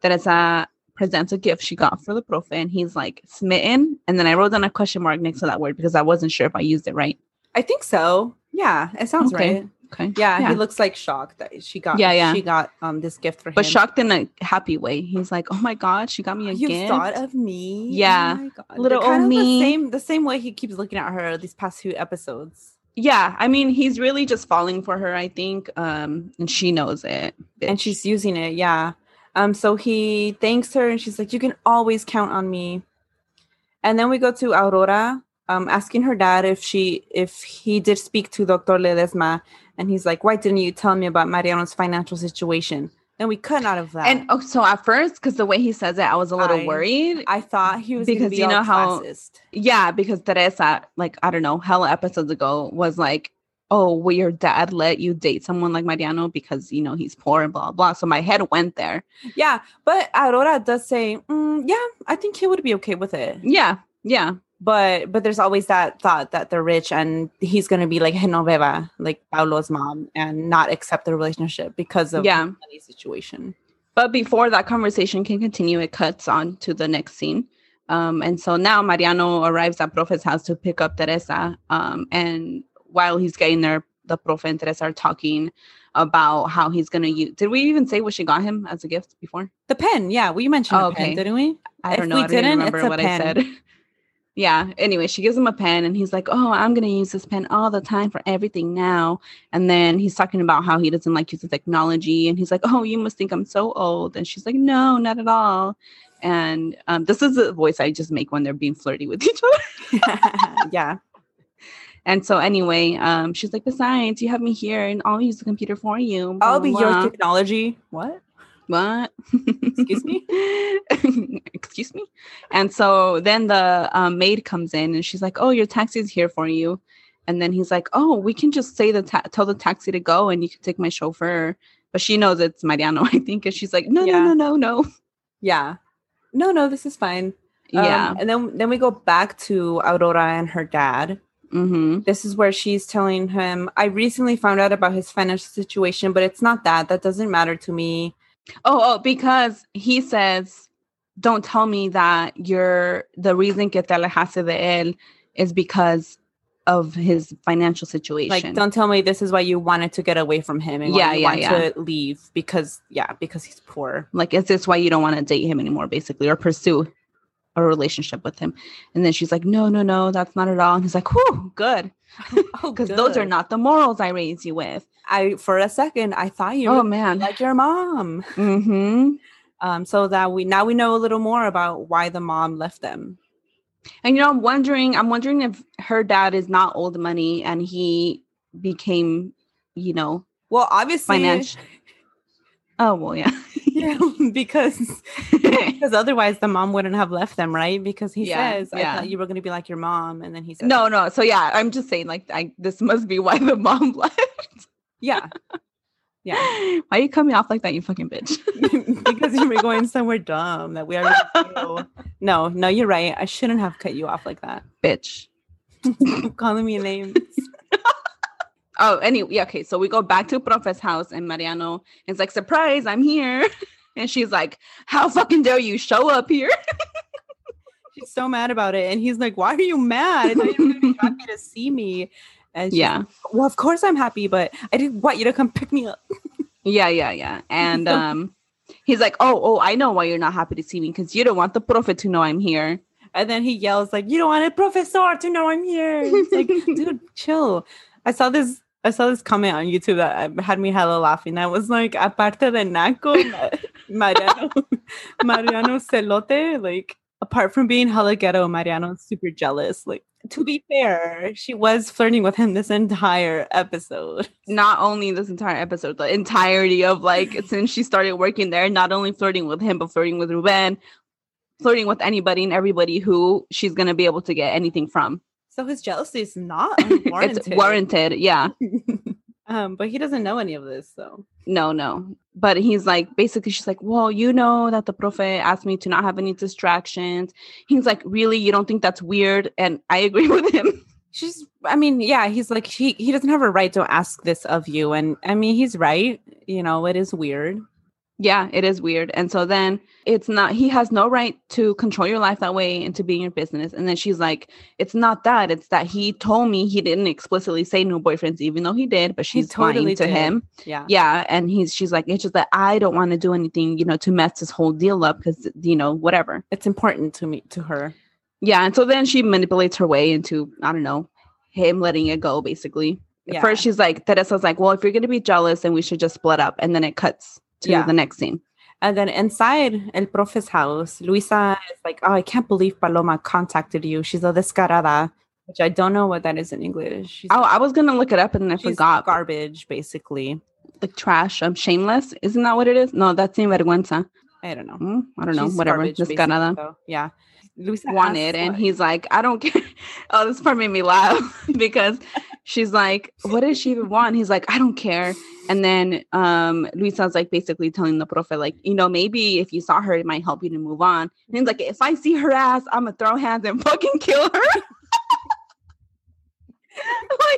B: Teresa presents a gift she got for the Profe. And he's like, smitten. And then I wrote down a question mark next to that word because I wasn't sure if I used it right.
A: I think so. Yeah, it sounds
B: Okay.
A: right.
B: Okay.
A: Yeah,
B: Yeah.
A: he looks like shocked that she got.
B: Yeah, yeah.
A: she got um this gift for
B: But
A: him.
B: shocked in a happy way. He's like, oh my God, she got me a
A: You
B: gift.
A: thought of me?
B: Yeah.
A: oh my God.
B: Little
A: They're kind
B: old
A: of
B: me.
A: The same, the same way he keeps looking at her these past few episodes,
B: yeah i mean he's really just falling for her i think um and she knows it
A: and
B: bitch.
A: she's using it. Yeah. Um. So he thanks her, and she's like, "You can always count on me." And then we go to Aurora, um, asking her dad if she if he did speak to Doctor Ledesma, and he's like, "Why didn't you tell me about Mariano's financial situation?" Then we cut out of that,
B: and oh so at first because the way he says it i was a little
A: I-
B: worried
A: I thought he was
B: Because
A: because
B: you
A: you
B: know
A: all
B: how-
A: classist.
B: yeah because teresa like i don't know hella episodes ago was like oh will your dad let you date someone like mariano because you know he's poor and blah blah so my head went there
A: Yeah, but Aurora does say, "Mm, "Yeah, I think he would be okay with it."
B: yeah yeah
A: But but there's always that thought that they're rich and he's gonna be like Genoveva, like Paulo's mom, and not accept the relationship because of
B: Yeah.
A: the money situation.
B: But before that conversation can continue, it cuts on to the next scene. Um, and so now Mariano arrives at Profe's house to pick up Teresa. Um, and while he's getting there, the Profe and Teresa are talking about how he's going to use. Did we even say what she got him as a gift before?
A: The pen, yeah, we mentioned
B: Oh,
A: the pen,
B: okay.
A: didn't we?
B: I
A: If
B: don't know.
A: we
B: I don't even
A: didn't,
B: remember
A: it's a
B: what
A: pen.
B: I said. yeah. Anyway, she gives him a pen and he's like, Oh, I'm going to use this pen all the time for everything now. And then he's talking about how he doesn't like using technology. And he's like, Oh, you must think I'm so old. And she's like, No, not at all. And um, this is the voice I just make when they're being flirty with each other.
A: yeah,
B: And so, anyway, um, she's like, Besides, you have me here and I'll use the computer for you.
A: I'll be
B: blah,
A: your
B: blah,
A: technology. What?
B: blah." What?
A: Excuse me.
B: excuse me and so then the um, maid comes in and she's like oh your taxi's here for you and then he's like oh we can just say the ta- tell the taxi to go and you can take my chauffeur but she knows it's mariano i think and she's like no
A: Yeah. Um,
B: no no no no
A: Yeah. No, no, this is fine. Um,
B: yeah
A: and then then we go back to Aurora and her dad.
B: hmm
A: this is where she's telling him, I recently found out about his financial situation, but it's not that. That doesn't matter to me.
B: oh oh because he says don't tell me that you're the reason que te alejaste de él is because of his financial situation
A: Like, don't tell me this is why you wanted to get away from him and
B: Yeah,
A: why you
B: yeah,
A: want
B: yeah.
A: to leave because, yeah, because he's poor.
B: Like, is this why you don't want to date him anymore, basically, or pursue a relationship with him? And then she's like, no, no, no, that's not at all. And he's like, whew, good.
A: Oh,
B: Because those are not the morals I raised you with.
A: I for a second I thought you
B: oh,
A: were
B: man.
A: like your mom.
B: hmm
A: Um, so that we now we know a little more about why the mom left them.
B: And, you know, I'm wondering, I'm wondering if her dad is not old money and he became, you know,
A: Well, obviously,
B: financial. Oh, well, yeah.
A: yeah, because because otherwise the mom wouldn't have left them, right? Because he
B: Yeah,
A: says, "I
B: yeah.
A: thought you were going to be like your mom," and then he says,
B: no, no. So, yeah, I'm just saying, like, I, this must be why the mom left.
A: yeah, yeah."
B: Why you cut me off like that, you fucking bitch?
A: because you were going somewhere dumb that we already knew. No, no, you're right. I shouldn't have cut you off like that.
B: bitch.
A: Keep calling me names.
B: Oh, anyway, yeah, okay. So we go back to Profe's house, and Mariano is like, "Surprise, I'm here!" And she's like, "How fucking dare you show up here?"
A: She's so mad about it. And he's like, Why are you mad? I thought you were gonna be happy to see me. And she's yeah.
B: yeah,
A: well, of course I'm happy, but I didn't want you to come pick me up.
B: yeah, yeah, yeah. And um, he's like, "Oh, oh, I know why you're not happy to see me because you don't want the Profe to know I'm here."
A: And then he yells, like, you don't want a professor to know I'm here. It's like, dude, chill. I saw this. I saw this comment on YouTube that um, had me hella laughing. I was like, aparte de Naco, Ma- Mariano, Mariano Celote, like, apart from being hella ghetto, Mariano's super jealous. Like, to be fair, she was flirting with him this entire episode.
B: Not only this entire episode, the entirety of like since she started working there, not only flirting with him, but flirting with Ruben, flirting with anybody and everybody who she's gonna be able to get anything from.
A: So his jealousy is not
B: It's warranted, yeah.
A: Um, but he doesn't know any of this, so
B: No, no. But he's like, basically, she's like, well, you know that the prophet asked me to not have any distractions. He's like, really? You don't think that's weird? And I agree with him.
A: she's. I mean, yeah, he's like he he doesn't have a right to ask this of you, and I mean he's right. You know, it is weird.
B: yeah, it is weird. And so then it's not, he has no right to control your life that way and to be in your business. And then she's like, it's not that. It's that he told me he didn't explicitly say no boyfriends, even though he did, but she's
A: totally
B: lying to
A: did.
B: him.
A: Yeah.
B: yeah and he's she's like it's just that i don't want to do anything you know to mess this whole deal up because you know whatever
A: it's important to me to her.
B: yeah and so then she manipulates her way into i don't know him letting it go basically
A: Yeah.
B: at first she's like teresa's like well if you're gonna be jealous then we should just split up and then it cuts to
A: Yeah.
B: the next scene
A: And then inside El Profe's house, Luisa is like, Oh, I can't believe Paloma contacted you. She's a descarada, which I don't know what that is in English. She's,
B: oh i was gonna look it up and then i
A: she's
B: forgot
A: garbage, basically.
B: like trash i'm shameless isn't that what it is no that's sinvergüenza
A: I don't know.
B: Hmm, i don't know
A: She's
B: whatever
A: garbage, basically,
B: descarada
A: so, yeah. Luisa
B: wanted
A: asks
B: and
A: what-
B: he's like i don't care oh this part made me laugh because she's like what does she even want he's like i don't care and then um luisa's like basically telling the profe like you know maybe if you saw her it might help you to move on and he's like if i see her ass i'm gonna throw hands and fucking kill her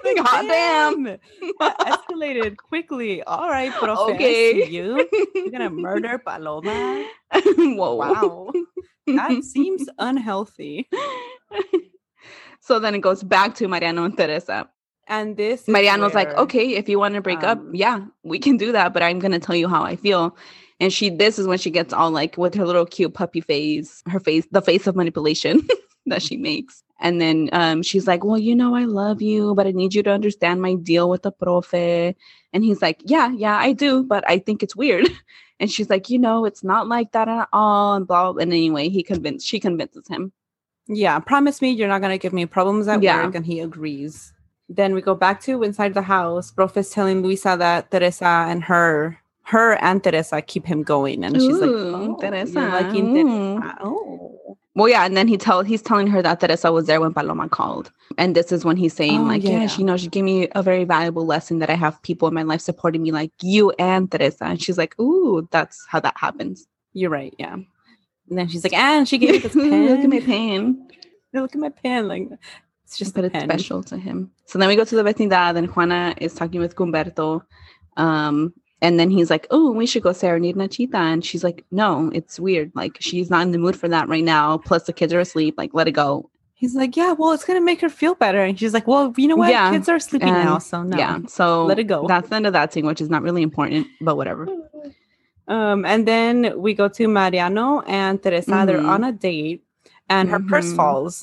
B: like hot damn
A: that escalated quickly. All right, Profe. Okay.
B: Okay.
A: you. You're gonna murder Paloma.
B: whoa
A: Wow. That seems unhealthy.
B: so then it goes back to mariano and teresa
A: And this is
B: Mariano's like,
A: where-
B: okay, if you want to break up,
A: um,
B: yeah, we can do that, but I'm gonna tell you how I feel. And she, this is when she gets all like with her little cute puppy face, her face, the face of manipulation that she makes. And then um, she's like, well, you know, I love you, but I need you to understand my deal with the profe. And he's like, yeah, yeah, I do, but I think it's weird. And she's like, you know, it's not like that at all, and blah. blah. And anyway, he convinced, she convinces him.
A: Yeah, promise me you're not gonna give me problems at
B: Yeah.
A: work, and he agrees. Then we go back to inside the house. Prof is telling Luisa that Teresa and her, her and Teresa keep him going, and she's like,
B: Ooh,
A: "Oh, you're
B: Teresa, Mm.
A: liking
B: ooh."
A: Teresa. Oh,
B: Well, yeah, and then he tell he's telling her that Teresa was there when Paloma called, and this is when he's saying
A: Oh,
B: like, yeah,
A: yeah.
B: she you know she gave me a very valuable lesson that I have people in my life supporting me like you and Teresa, and she's like, ooh, that's how that happens.
A: you're right. Yeah. And then she's like, and she gave me
B: Look
A: this pen.
B: at my pen,
A: Look at my pen. Like it's just
B: but
A: a
B: it's
A: pen.
B: special to him. So then we go to the vecindad, and Juana is talking with Gumberto, um, and then he's like, oh, we should go serenade Nachita, and she's like, no, it's weird. Like she's not in the mood for that right now. Plus the kids are asleep. Like let it go.
A: He's like, yeah, well, it's gonna make her feel better, and she's like, well, you know what?
B: Yeah,
A: Kids are sleeping
B: and-
A: now, so no.
B: Yeah. So
A: Let it go.
B: That's the end of that scene, which is not really important, but whatever.
A: Um, and then we go to Mariano and Teresa. They're
B: Mhm.
A: on a date, and her purse
B: Mhm.
A: falls.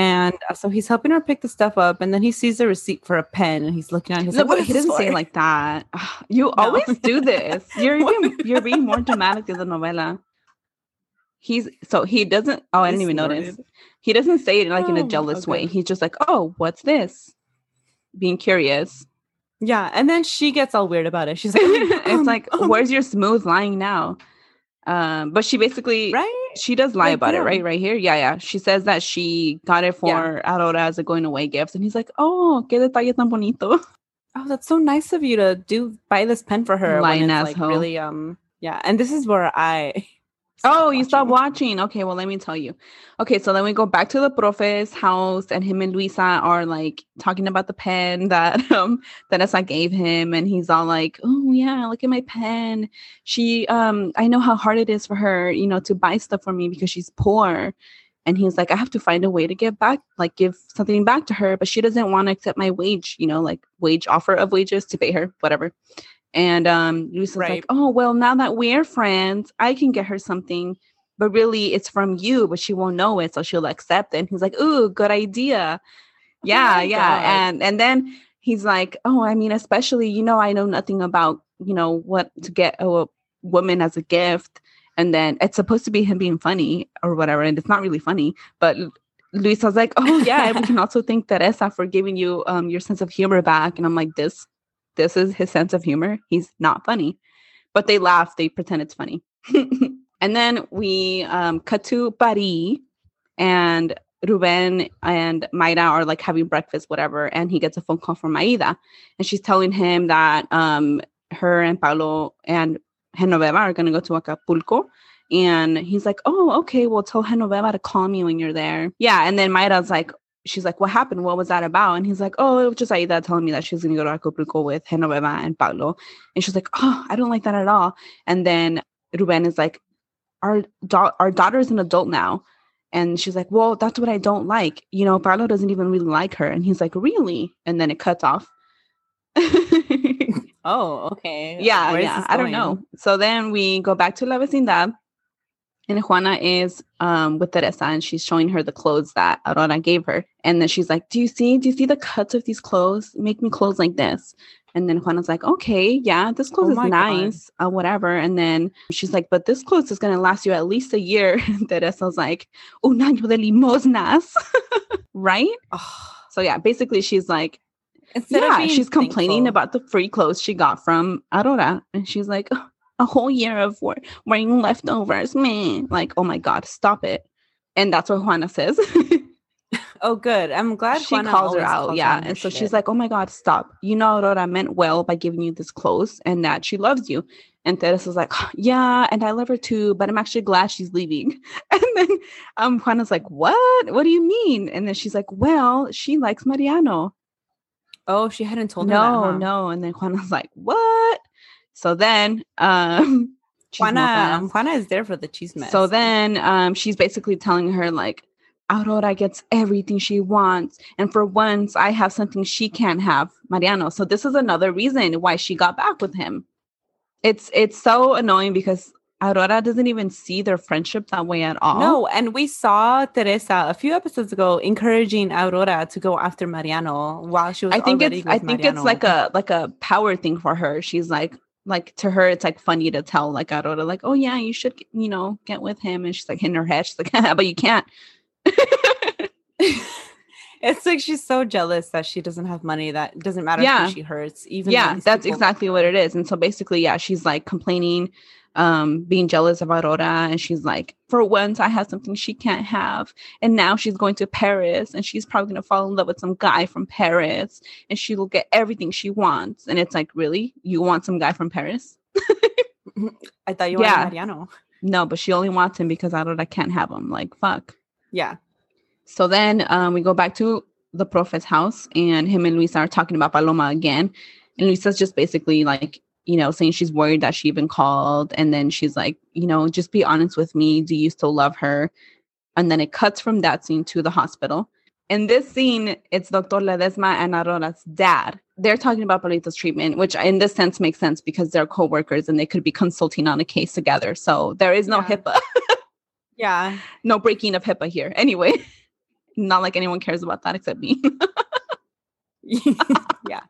A: And uh, so he's helping her pick the stuff up, and then he sees a receipt for a pen, and he's looking at it. He's
B: No,
A: like, "What
B: but
A: is
B: he
A: this
B: doesn't say
A: for?"
B: it like that. Ugh, You always do this. You're
A: What?
B: even you're being more dramatic than the novella. He's so he doesn't. Oh, I
A: He
B: didn't even notice.
A: snorted.
B: He doesn't say it like in a
A: Oh,
B: jealous way.
A: okay.
B: He's just like, oh, what's this? Being curious.
A: Yeah, and then she gets all weird about it. She's like,
B: it's
A: "Um,
B: like,
A: um,
B: where's your smooth lying now? Um, but she basically
A: right?
B: She does lie
A: Like,
B: about
A: yeah.
B: it, right? Right here. Yeah, yeah. She says that she got it for Aurora as a going away gift. And he's like, oh, qué detalle tan bonito.
A: Oh, that's so nice of you to do buy this pen for her."
B: Lying
A: it's,
B: asshole.
A: really, um, yeah. And this is where I.
B: Oh, you stopped watching. Okay, well, let me tell you. Okay, so then we go back to the profe's house, and him and Luisa are like talking about the pen that um Teresa gave him, and he's all like, "Oh yeah, look at my pen. She um, I know how hard it is for her, you know, to buy stuff for me because she's poor." And he's like, "I have to find a way to give back, like give something back to her, but she doesn't want to accept my wage, you know, like wage offer of wages to pay her, whatever." And um, Luisa's
A: Right.
B: like, oh, well, now that we're friends, I can get her something. But really, it's from you, but she won't know it. So she'll accept it. And he's like, ooh, good idea. Yeah,
A: my
B: yeah.
A: God.
B: And and then he's like, oh, I mean, especially, you know, I know nothing about, you know, what to get a wo- woman as a gift. And then it's supposed to be him being funny or whatever. And it's not really funny. But Lu- Luisa's like, oh, yeah, and we can also thank Teresa for giving you um, your sense of humor back. And I'm like, this this is his sense of humor. He's not funny, but they laugh. They pretend it's funny. and then we um, cut to Paris, and Ruben and Mayra are like having breakfast, whatever, and he gets a phone call from Maida, and she's telling him that um, her and Paulo and Genoveva are going to go to Acapulco. And he's like, oh, okay, well, tell Genoveva to call me when you're there. Yeah. And then Mayra's like, she's like, what happened? What was that about? And he's like, oh, it was just Aida telling me that she's going to go to Acapulco with Genoveva and Paulo. And she's like, oh, I don't like that at all. And then Ruben is like, our, da- our daughter is an adult now. And she's like, well, that's what I don't like. You know, Paulo doesn't even really like her. And he's like, really? And then it cuts off.
A: Oh, okay.
B: yeah,
A: Where is
B: yeah.
A: this
B: I don't
A: going?
B: know. So then we go back to La Vecindad, and Juana is um, with Teresa, and she's showing her the clothes that Aurora gave her. And then she's like, "Do you see? Do you see the cuts of these clothes? Make me clothes like this." And then Juana's like, "Okay, yeah, this
A: Oh
B: clothes
A: my God.
B: is nice, uh, whatever." And then she's like, "But this clothes is gonna last you at least a year." And Teresa's like, "Un año de limosnas," right?
A: Ugh.
B: So yeah, basically she's like,
A: Instead of
B: yeah,
A: being
B: she's complaining
A: thankful-
B: about the free clothes she got from Aurora, and she's like, "Ugh, a whole year of wor- wearing leftovers, man. Like, oh my god, stop it! And that's what Juana says.
A: Oh, good. I'm glad
B: she
A: Juana
B: calls her
A: always
B: out,
A: calls
B: yeah,
A: on her
B: and so she's
A: shit.
B: like, oh my god, stop! You know, Aurora meant well by giving you this clothes, and that she loves you. And Teresa's like, yeah, and I love her too, but I'm actually glad she's leaving. And then um, Juana's like, what? What do you mean? And then she's like, well, she likes Mariano.
A: "Oh, she hadn't told
B: no,
A: her that." huh?
B: no. And then Juana's like, what? So then, um, she's more
A: Juana,
B: fast.
A: um, Juana is there for the cheese mess.
B: so then, um, she's basically telling her like, Aurora gets everything she wants, and for once, I have something she can't have, Mariano. So this is another reason why she got back with him. It's it's so annoying because Aurora doesn't even see their friendship that way at all.
A: no, and we saw Teresa a few episodes ago encouraging Aurora to go after Mariano while she was.
B: I think
A: already
B: it's
A: with
B: I think
A: Mariano.
B: it's like a like a power thing for her. She's like like to her it's like funny to tell like Aurora like oh yeah you should you know get with him and she's like in her head she's like but you can't
A: it's like she's so jealous that she doesn't have money. That it doesn't matter
B: Yeah.
A: if she hurts. Even
B: yeah
A: these
B: that's
A: people-
B: exactly what it is and so basically yeah she's like complaining um being jealous of Aurora and she's like for once I have something she can't have and now she's going to Paris and she's probably gonna fall in love with some guy from Paris and she will get everything she wants and it's like really you want some guy from Paris
A: I thought you wanted
B: Yeah.
A: Mariano.
B: No, but she only wants him because Aurora can't have him. Like, fuck.
A: Yeah.
B: So then um, we go back to the prophet's house, and him and Luisa are talking about Paloma again. And Luisa's just basically like, you know, saying she's worried that she even called. And then she's like, you know, just be honest with me. Do you still love her? And then it cuts from that scene to the hospital. In this scene, it's Dr. Ledesma and Aurora's dad. They're talking about Palito's treatment, which in this sense makes sense because they're co workers and they could be consulting on a case together. So there is no
A: Yeah.
B: HIPAA
A: Yeah.
B: no breaking of HIPAA here. Anyway, not like anyone cares about that except me.
A: yeah.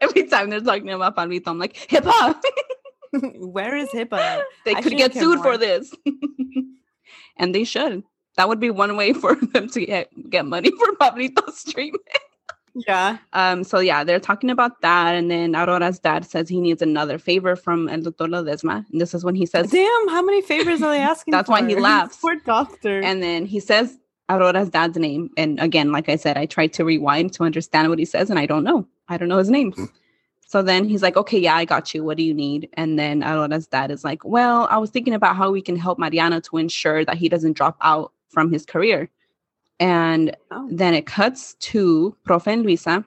B: Every time they're talking about Palmito, I'm like, HIPAA!
A: Where is HIPAA?
B: they
A: I
B: could
A: shouldn't
B: get
A: care
B: sued
A: more.
B: for this. and they should. That would be one way for them to get, get money for Pablito's treatment.
A: Yeah.
B: Um, so yeah, they're talking about that. And then Aurora's dad says he needs another favor from El Doctor Ledesma. And this is when he says
A: Damn, how many favors are they asking?
B: That's why he
A: for?
B: laughs.
A: Poor doctor.
B: And then he says Aurora's dad's name. And again, like I said, I tried to rewind to understand what he says, and I don't know. I don't know his name. So then he's like, okay, yeah, I got you. What do you need? And then Aurora's dad is like, well, I was thinking about how we can help Mariano to ensure that he doesn't drop out from his career. And
A: Oh.
B: then it cuts to Profe and Luisa. And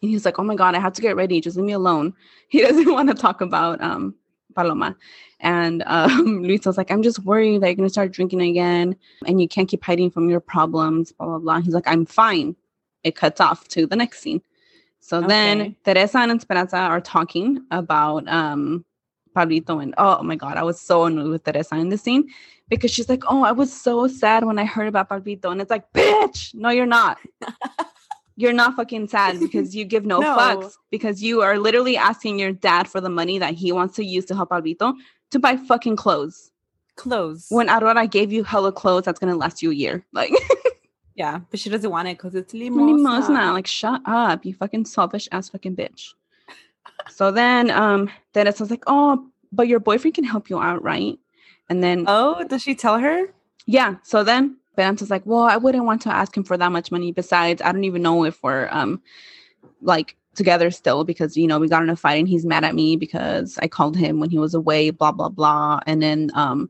B: he's like, oh my God, I have to get ready. Just leave me alone. He doesn't want to talk about um, Paloma. And um, Luisa's like, I'm just worried that you're going to start drinking again and you can't keep hiding from your problems, blah, blah, blah. He's like, I'm fine. It cuts off to the next scene. So then Teresa and Esperanza are talking about um, Pablito. And oh my God, I was so annoyed with Teresa in this scene because she's like, Oh, I was so sad when I heard about Pablito. And it's like, Bitch, no, you're not. you're not fucking sad because you give no,
A: No.
B: fucks because you are literally asking your dad for the money that he wants to use to help Pablito to buy fucking clothes.
A: Close.
B: When Aurora gave you hella clothes, that's going to last you a year. Like,
A: yeah, but she doesn't want it because it's limosna.
B: Limosna. Like, shut up, you fucking selfish ass fucking bitch. so then um then it's like, oh, but your boyfriend can help you out, right? And then
A: Oh, does she tell her?
B: yeah, so then Esperanza's like, well, I wouldn't want to ask him for that much money. Besides, I don't even know if we're um like together still because you know we got in a fight and he's mad at me because I called him when he was away, blah blah blah. And then um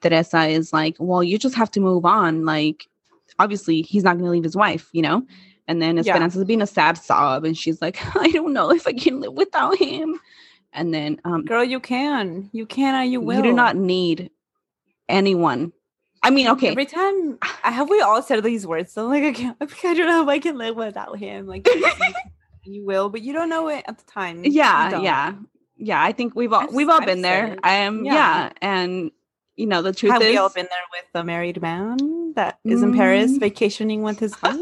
B: Teresa is like, well, you just have to move on. Like, obviously, he's not going to leave his wife, you know. And then
A: Yeah.
B: Esperanza's being a sad sob, and she's like, I don't know if I can live without him. And then um,
A: Girl, you can. You can and you will.
B: you do not need anyone. I mean, okay,
A: Every time I have we all said these words, so I'm like I can't I think I don't know if I can live without him. Like yes, you will, but you don't know it at the time. Mm-hmm. You
B: yeah
A: don't.
B: yeah yeah i think we've all
A: I've-
B: we've all
A: I've
B: been there
A: said,
B: i am yeah.
A: yeah.
B: and you know the truth
A: Have
B: is
A: we all been there with a married man that is in Paris
B: Mm.
A: vacationing with his wife?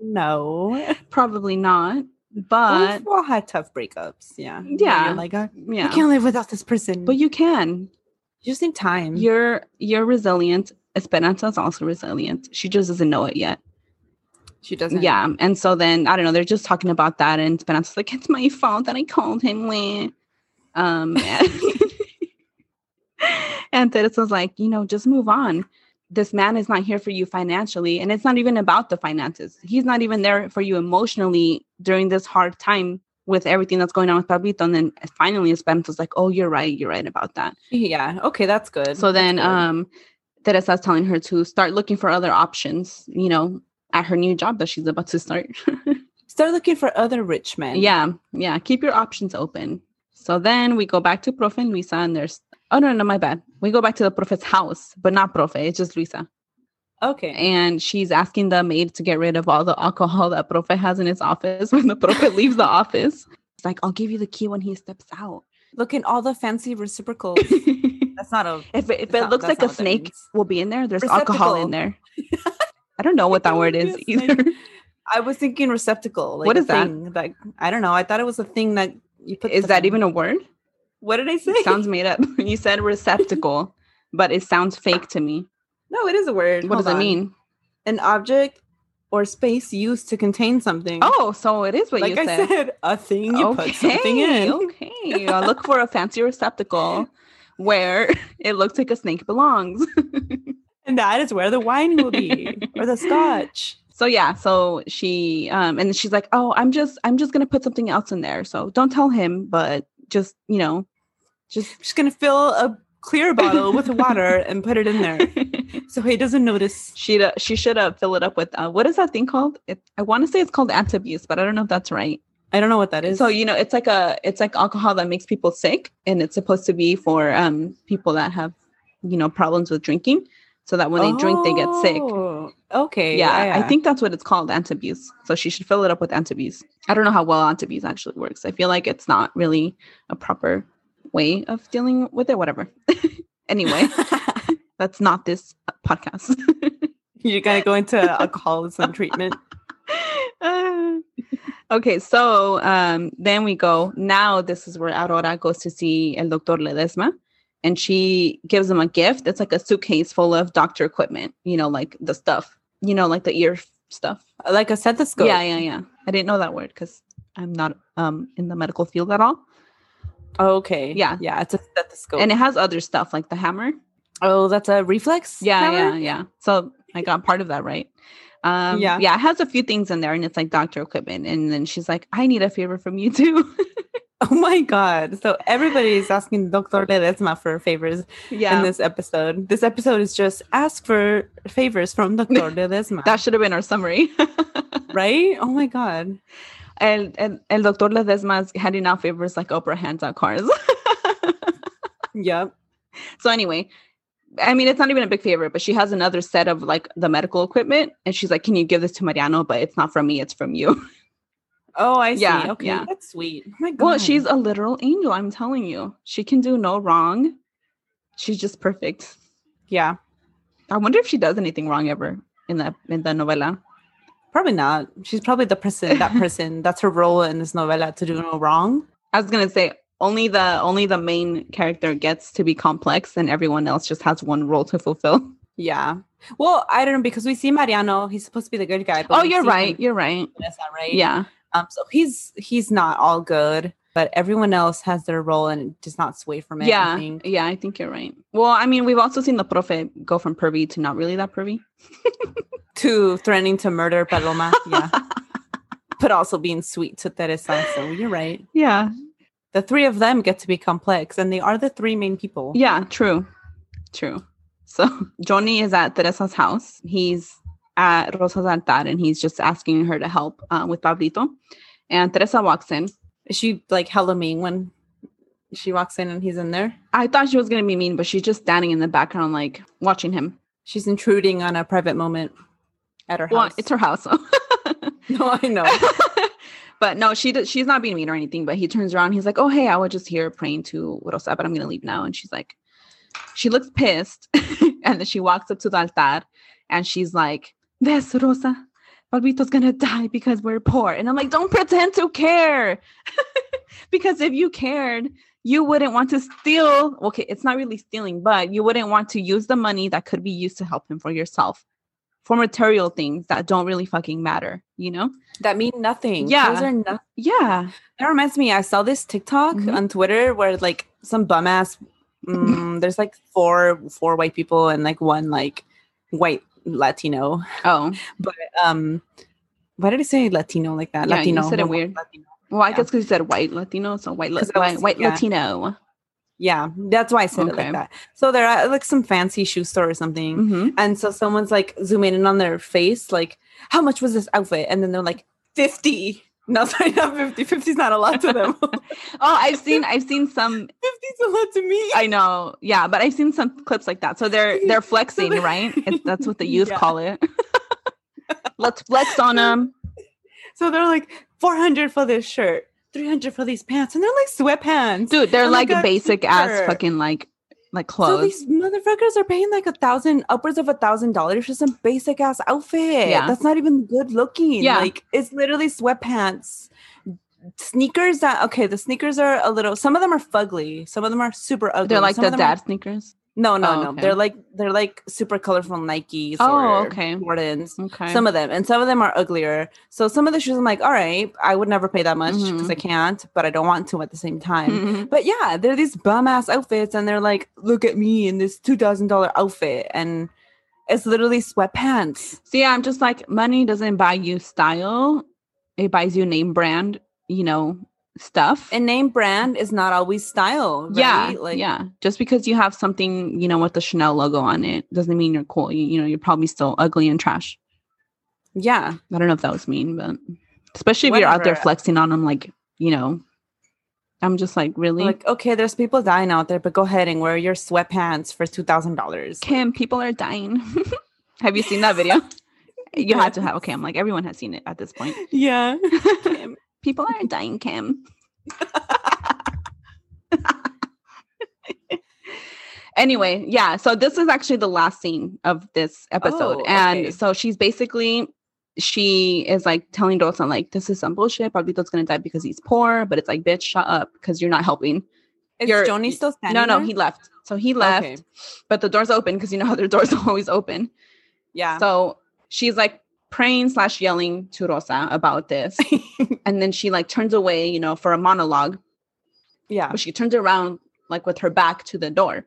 A: no.
B: probably not but
A: We've all had tough breakups. Yeah. where
B: Yeah.
A: You're like, I, I
B: yeah
A: can't live without this person.
B: but you can
A: Mm-hmm. you just need time.
B: you're you're resilient esperanza is also resilient she just doesn't know it yet
A: she doesn't.
B: yeah and so then i don't know they're just talking about that and esperanza's like it's my fault that i called him leh." um and, and Teresa's like you know just move on this man is not here for you financially and it's not even about the finances he's not even there for you emotionally during this hard time with everything that's going on with Pablito and then finally Esperanza's like oh you're right you're right about that
A: Yeah. Okay, that's good.
B: so
A: That's
B: then
A: good.
B: um Teresa's telling her to start looking for other options you know at her new job that she's about to start
A: start looking for other rich men.
B: Yeah, yeah. Keep your options open. So then we go back to Profe and Luisa, and there's oh no, no, my bad. We go back to the Profe's house, but not Profe. It's just Luisa,
A: Okay.
B: and she's asking the maid to get rid of all the alcohol that Profe has in his office when the Profe leaves the office. It's like I'll give you the key when he steps out.
A: Look in all the fancy reciprocals.
B: if
A: That's not a
B: it, if
A: That's
B: it
A: not-
B: looks
A: that's
B: like a
A: not what that
B: snake
A: means.
B: will be in there, there's alcohol
A: Receptacle.
B: in there. I don't know what that
A: It
B: word
A: would be
B: is
A: a snake.
B: either.
A: I was thinking receptacle. Like
B: What
A: a
B: is that?
A: Thing, like I don't know. I thought it was a thing that you put.
B: Is
A: stuff
B: that
A: in.
B: even a word?
A: What did I say?
B: It sounds made up. You said receptacle, but it sounds fake to me.
A: no, it is a word.
B: What does
A: Hold
B: it
A: on.
B: mean?
A: An object or space used to contain something.
B: Oh, so it is what
A: like
B: you
A: I
B: said.
A: said. a thing you put something in.
B: Okay. I'll look for a fancy receptacle where it looks like a snake belongs.
A: And that is where the wine will be or the scotch.
B: So yeah, so she um and she's like, "Oh, I'm just I'm just going to put something else in there." So don't tell him, but just, you know, just
A: I'm just going to fill a clear bottle with water and put it in there so he doesn't notice.
B: she she should have filled it up with uh, what is that thing called? It, I want to say it's called antabuse, but I don't know if that's right.
A: I don't know what that is.
B: so you know it's like a it's like alcohol that makes people sick and it's supposed to be for um people that have you know problems with drinking so that when they drink they get sick
A: Oh, Okay.
B: yeah, i think that's what it's called antabuse so she should fill it up with antabuse i don't know how well antabuse actually works i feel like it's not really a proper way of dealing with it whatever anyway that's not this podcast
A: You're going to go into alcoholism treatment.
B: Ah. okay, so um, then we go. Now this is where Aurora goes to see El Doctor Ledesma, and she gives him a gift. It's like a suitcase full of doctor equipment. You know, like the stuff. You know, like the ear f- stuff.
A: Like a stethoscope.
B: Yeah, yeah, yeah. I didn't know that word because I'm not um in the medical field at all.
A: Oh, Okay.
B: Yeah.
A: Yeah. It's a stethoscope.
B: And it has other stuff like the hammer.
A: oh, that's a reflex?
B: Yeah,
A: hammer?
B: yeah, yeah. So I got part of that right. Um,
A: Yeah.
B: yeah, yeah. It has a few things in there, and it's like doctor equipment. And then she's like, "I need a favor from you too."
A: Oh my God. So everybody is asking Dr. Ledesma for favors
B: yeah,
A: in this episode. This episode is just ask for favors from Dr. Ledesma.
B: That should have been our summary.
A: right? Oh my God.
B: and and El Doctor Ledesma's handing out favors like Oprah hands out cars.
A: Yep.
B: so anyway, I mean it's not even a big favor, but she has another set of like the medical equipment, and she's like, "Can you give this to Mariano?" But it's not from me; it's from you.
A: Oh, I see.
B: Yeah,
A: okay.
B: yeah.
A: That's sweet. Oh my God.
B: well, she's a literal angel. I'm telling you, she can do no wrong. She's just perfect.
A: yeah.
B: I wonder if she does anything wrong ever in the in the novella.
A: Probably not. She's probably the person, that person, that's her role in this novella to do no wrong.
B: I was gonna say only the only the main character gets to be complex, and everyone else just has one role to fulfill.
A: Yeah. Well, I don't know because we see Mariano. He's supposed to be the good guy.
B: Oh,
A: we
B: you're
A: see
B: right.
A: him-
B: You're right.
A: Vanessa, right?
B: Yeah.
A: Um, so he's he's not all good. but everyone else has their role and does not sway from it. I
B: yeah,
A: think.
B: yeah, I think you're right. Well, I mean, we've also seen the profe go from pervy to not really that pervy.
A: To threatening to murder Paloma. Yeah. but also being sweet to Teresa. So you're right.
B: Yeah,
A: The three of them get to be complex and they are the three main people.
B: yeah, true, true. So Johnny is at Teresa's house. He's at Rosa's altar, and he's just asking her to help uh, with Pablito. And Teresa walks in.
A: Is she like hella mean when she walks in and he's in there?
B: I thought she was gonna be mean, but she's just standing in the background, like watching him.
A: She's intruding on a private moment at her house.
B: Well, it's her house. so.
A: no, I know.
B: but no, she does, she's not being mean or anything. But he turns around. He's like, "Oh hey, I was just here praying to Rosa, but I'm gonna leave now." And she's like, she looks pissed, and then she walks up to the altar, and she's like, "This Rosa, Balbito's gonna die because we're poor." And I'm like, "Don't pretend to care, because if you cared." You wouldn't want to steal. Okay, it's not really stealing, but you wouldn't want to use the money that could be used to help him for yourself, for material things that don't really fucking matter, you know?
A: that mean nothing.
B: Yeah.
A: Those are nothing.
B: Yeah.
A: That reminds me, I saw this TikTok
B: Mhm.
A: on Twitter where like some bum ass mm, there's like four four white people and like one like white Latino.
B: Oh,
A: Um why did I say Latino like that?
B: Yeah, you
A: Latino.
B: said it
A: one white
B: weird.
A: Latino.
B: Well, I
A: Yeah.
B: guess because you said white Latino, so white,
A: Because
B: Lat-
A: I
B: white,
A: was-
B: white
A: yeah.
B: Latino.
A: Yeah, that's why I said it
B: Okay.
A: like that. So they're at like some fancy shoe store or something.
B: Mm-hmm.
A: And so someone's like zooming in on their face, like, how much was this outfit? And then they're like, 50. No, sorry, not 50. 50 is not a lot to them. 50
B: Oh, I've seen, I've seen some.
A: is a lot to me.
B: I know, yeah, but I've seen some clips like that. So they're they're flexing,
A: they're-
B: right? It's, that's what the youth
A: Yeah.
B: call it. Let's flex on them.
A: So they're like, 400 for this shirt, 300 for these pants. And they're like sweatpants.
B: dude. They're
A: Oh my
B: like
A: God,
B: basic ass
A: super.
B: fucking like like
A: so
B: clothes.
A: these motherfuckers are paying like a thousand, upwards of a thousand dollars for some basic ass outfit.
B: Yeah.
A: That's not even good looking.
B: Yeah.
A: Like it's literally sweatpants. Sneakers that okay, the sneakers are a little some of them are fugly, some of them are super ugly.
B: they're like
A: some
B: the
A: of them are-
B: dad sneakers.
A: No, no,
B: Oh,
A: no.
B: okay.
A: They're like they're like super colorful Nikes.
B: Oh,
A: or
B: okay.
A: Jordans.
B: Okay.
A: Some of them, and some of them are uglier. So some of the shoes, I'm like, all right, I would never pay that much because I
B: Mm-hmm.
A: can't, but I don't want to at the same time.
B: Mhm.
A: But yeah, they're these bum ass outfits, and they're like, look at me in this two thousand dollar outfit, and it's literally sweatpants.
B: See, I'm just like money doesn't buy you style; it buys you name brand, you know, stuff.
A: And name brand is not always style. Right?
B: Yeah,
A: like
B: yeah. Just because you have something, you know, with the Chanel logo on it, doesn't mean you're cool. You, you know, you're probably still ugly and trash.
A: yeah,
B: I don't know if that was mean, but especially if you're out there
A: Whatever.
B: flexing on them, like you know, I'm just like, really,
A: like okay, there's people dying out there, but go ahead and wear your sweatpants for two thousand dollars.
B: Kim, people are dying. have you seen that video? you had to have. Okay, I'm like, everyone has seen it at this point.
A: Yeah.
B: people are dying, Kim. anyway, yeah. So this is actually the last scene of this episode.
A: Oh, okay.
B: And so she's basically she is like telling Rosa, like, this is some bullshit. Pablito's gonna die because he's poor, but it's like, bitch, shut up because you're not helping.
A: Is
B: You're-
A: Joni still standing?
B: no, no,
A: there?
B: he left. So he left,
A: Okay.
B: but the door's open because you know how their door's always open.
A: Yeah.
B: So she's like praying slash yelling to Rosa about this. and then she like turns away, you know, for a monologue
A: yeah.
B: but she turns around like with her back to the door.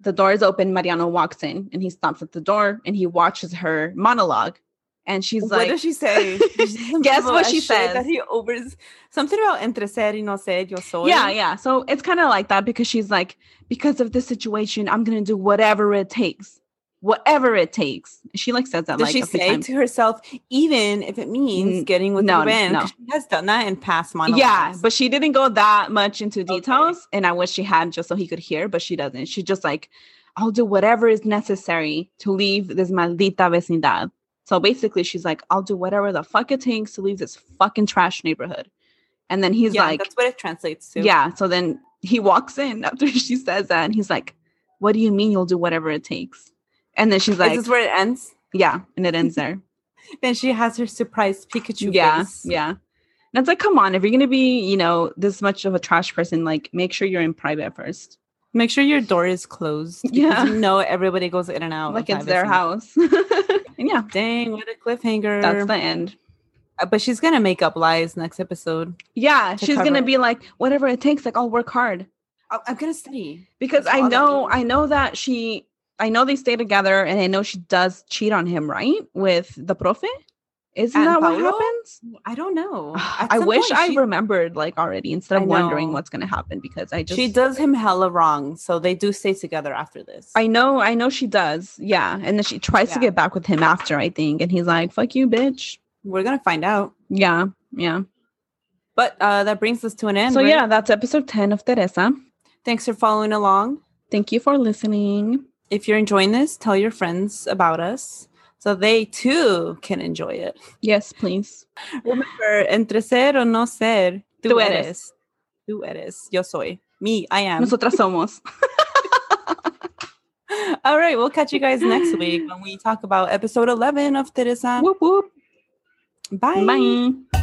B: The door is open. Mariano walks in and he stops at the door and he watches her monologue. And she's
A: what
B: like,
A: does she say? She says some
B: Guess
A: evil
B: what
A: ass
B: she
A: shit
B: says.
A: That he overs something about entre ser y no ser yo soy.
B: Yeah, yeah. So it's kind of like that because she's like, because of this situation, I'm going to do whatever it takes. Whatever it takes. She like says that
A: Does
B: like
A: she
B: a few
A: say
B: times.
A: to herself, even if it means
B: Mm,
A: getting with
B: no,
A: the man?
B: no.
A: She has done that in past monologues.
B: Yeah, but she didn't go that much into
A: Okay.
B: details, and I wish she had just so he could hear, but she doesn't. She's just like, I'll do whatever is necessary to leave this maldita vecindad. So basically, she's like, I'll do whatever the fuck it takes to leave this fucking trash neighborhood. And then he's
A: Yeah,
B: like,
A: that's what it translates to.
B: Yeah. So then he walks in after she says that, and he's like, What do you mean you'll do whatever it takes? And then she's like,
A: Is this where it ends?
B: Yeah. And it ends there.
A: Then she has her surprise Pikachu
B: yeah
A: face.
B: yeah and it's like come on if you're gonna be you know this much of a trash person like make sure you're in private first
A: Make sure your door is closed. because
B: Yeah.
A: You know everybody goes in and out.
B: like
A: of
B: it's
A: that
B: their
A: business.
B: house and yeah
A: Dang, what a cliffhanger.
B: that's the end
A: Uh, But she's gonna make up lies next episode.
B: Yeah,
A: To
B: she's
A: cover
B: gonna
A: it.
B: be like, whatever it takes, like I'll work hard.
A: I- I'm gonna study.
B: Because
A: That's
B: I
A: all that
B: know
A: means.
B: I know that she I know they stay together and I know she does cheat on him, right? With the profe? Isn't
A: And
B: that what
A: Paolo?
B: happens?
A: I don't know. At
B: I
A: some
B: wish
A: point,
B: I
A: she,
B: remembered like already instead
A: I
B: of wondering
A: know.
B: what's gonna happen because I just
A: she does him hella wrong. So they do stay together after this.
B: I know, I know she does. Yeah. And then she tries to
A: Yeah.
B: get back with him after, I think. And he's like, fuck you, bitch.
A: We're gonna find out.
B: Yeah. Yeah.
A: But uh, that brings us to an end.
B: so,
A: right?
B: yeah, that's episode 10 of Teresa.
A: Thanks for following along.
B: Thank you for listening.
A: If you're enjoying this, tell your friends about us so they too can enjoy it.
B: Yes, please.
A: Remember, entre ser o no ser, tú,
B: Tú
A: eres.
B: eres.
A: Tú eres. Yo soy. Me, I am.
B: Nosotras somos.
A: All right, we'll catch you guys next week when we talk about episode 11 of Teresa.
B: whoop, whoop.
A: Bye.
B: Bye.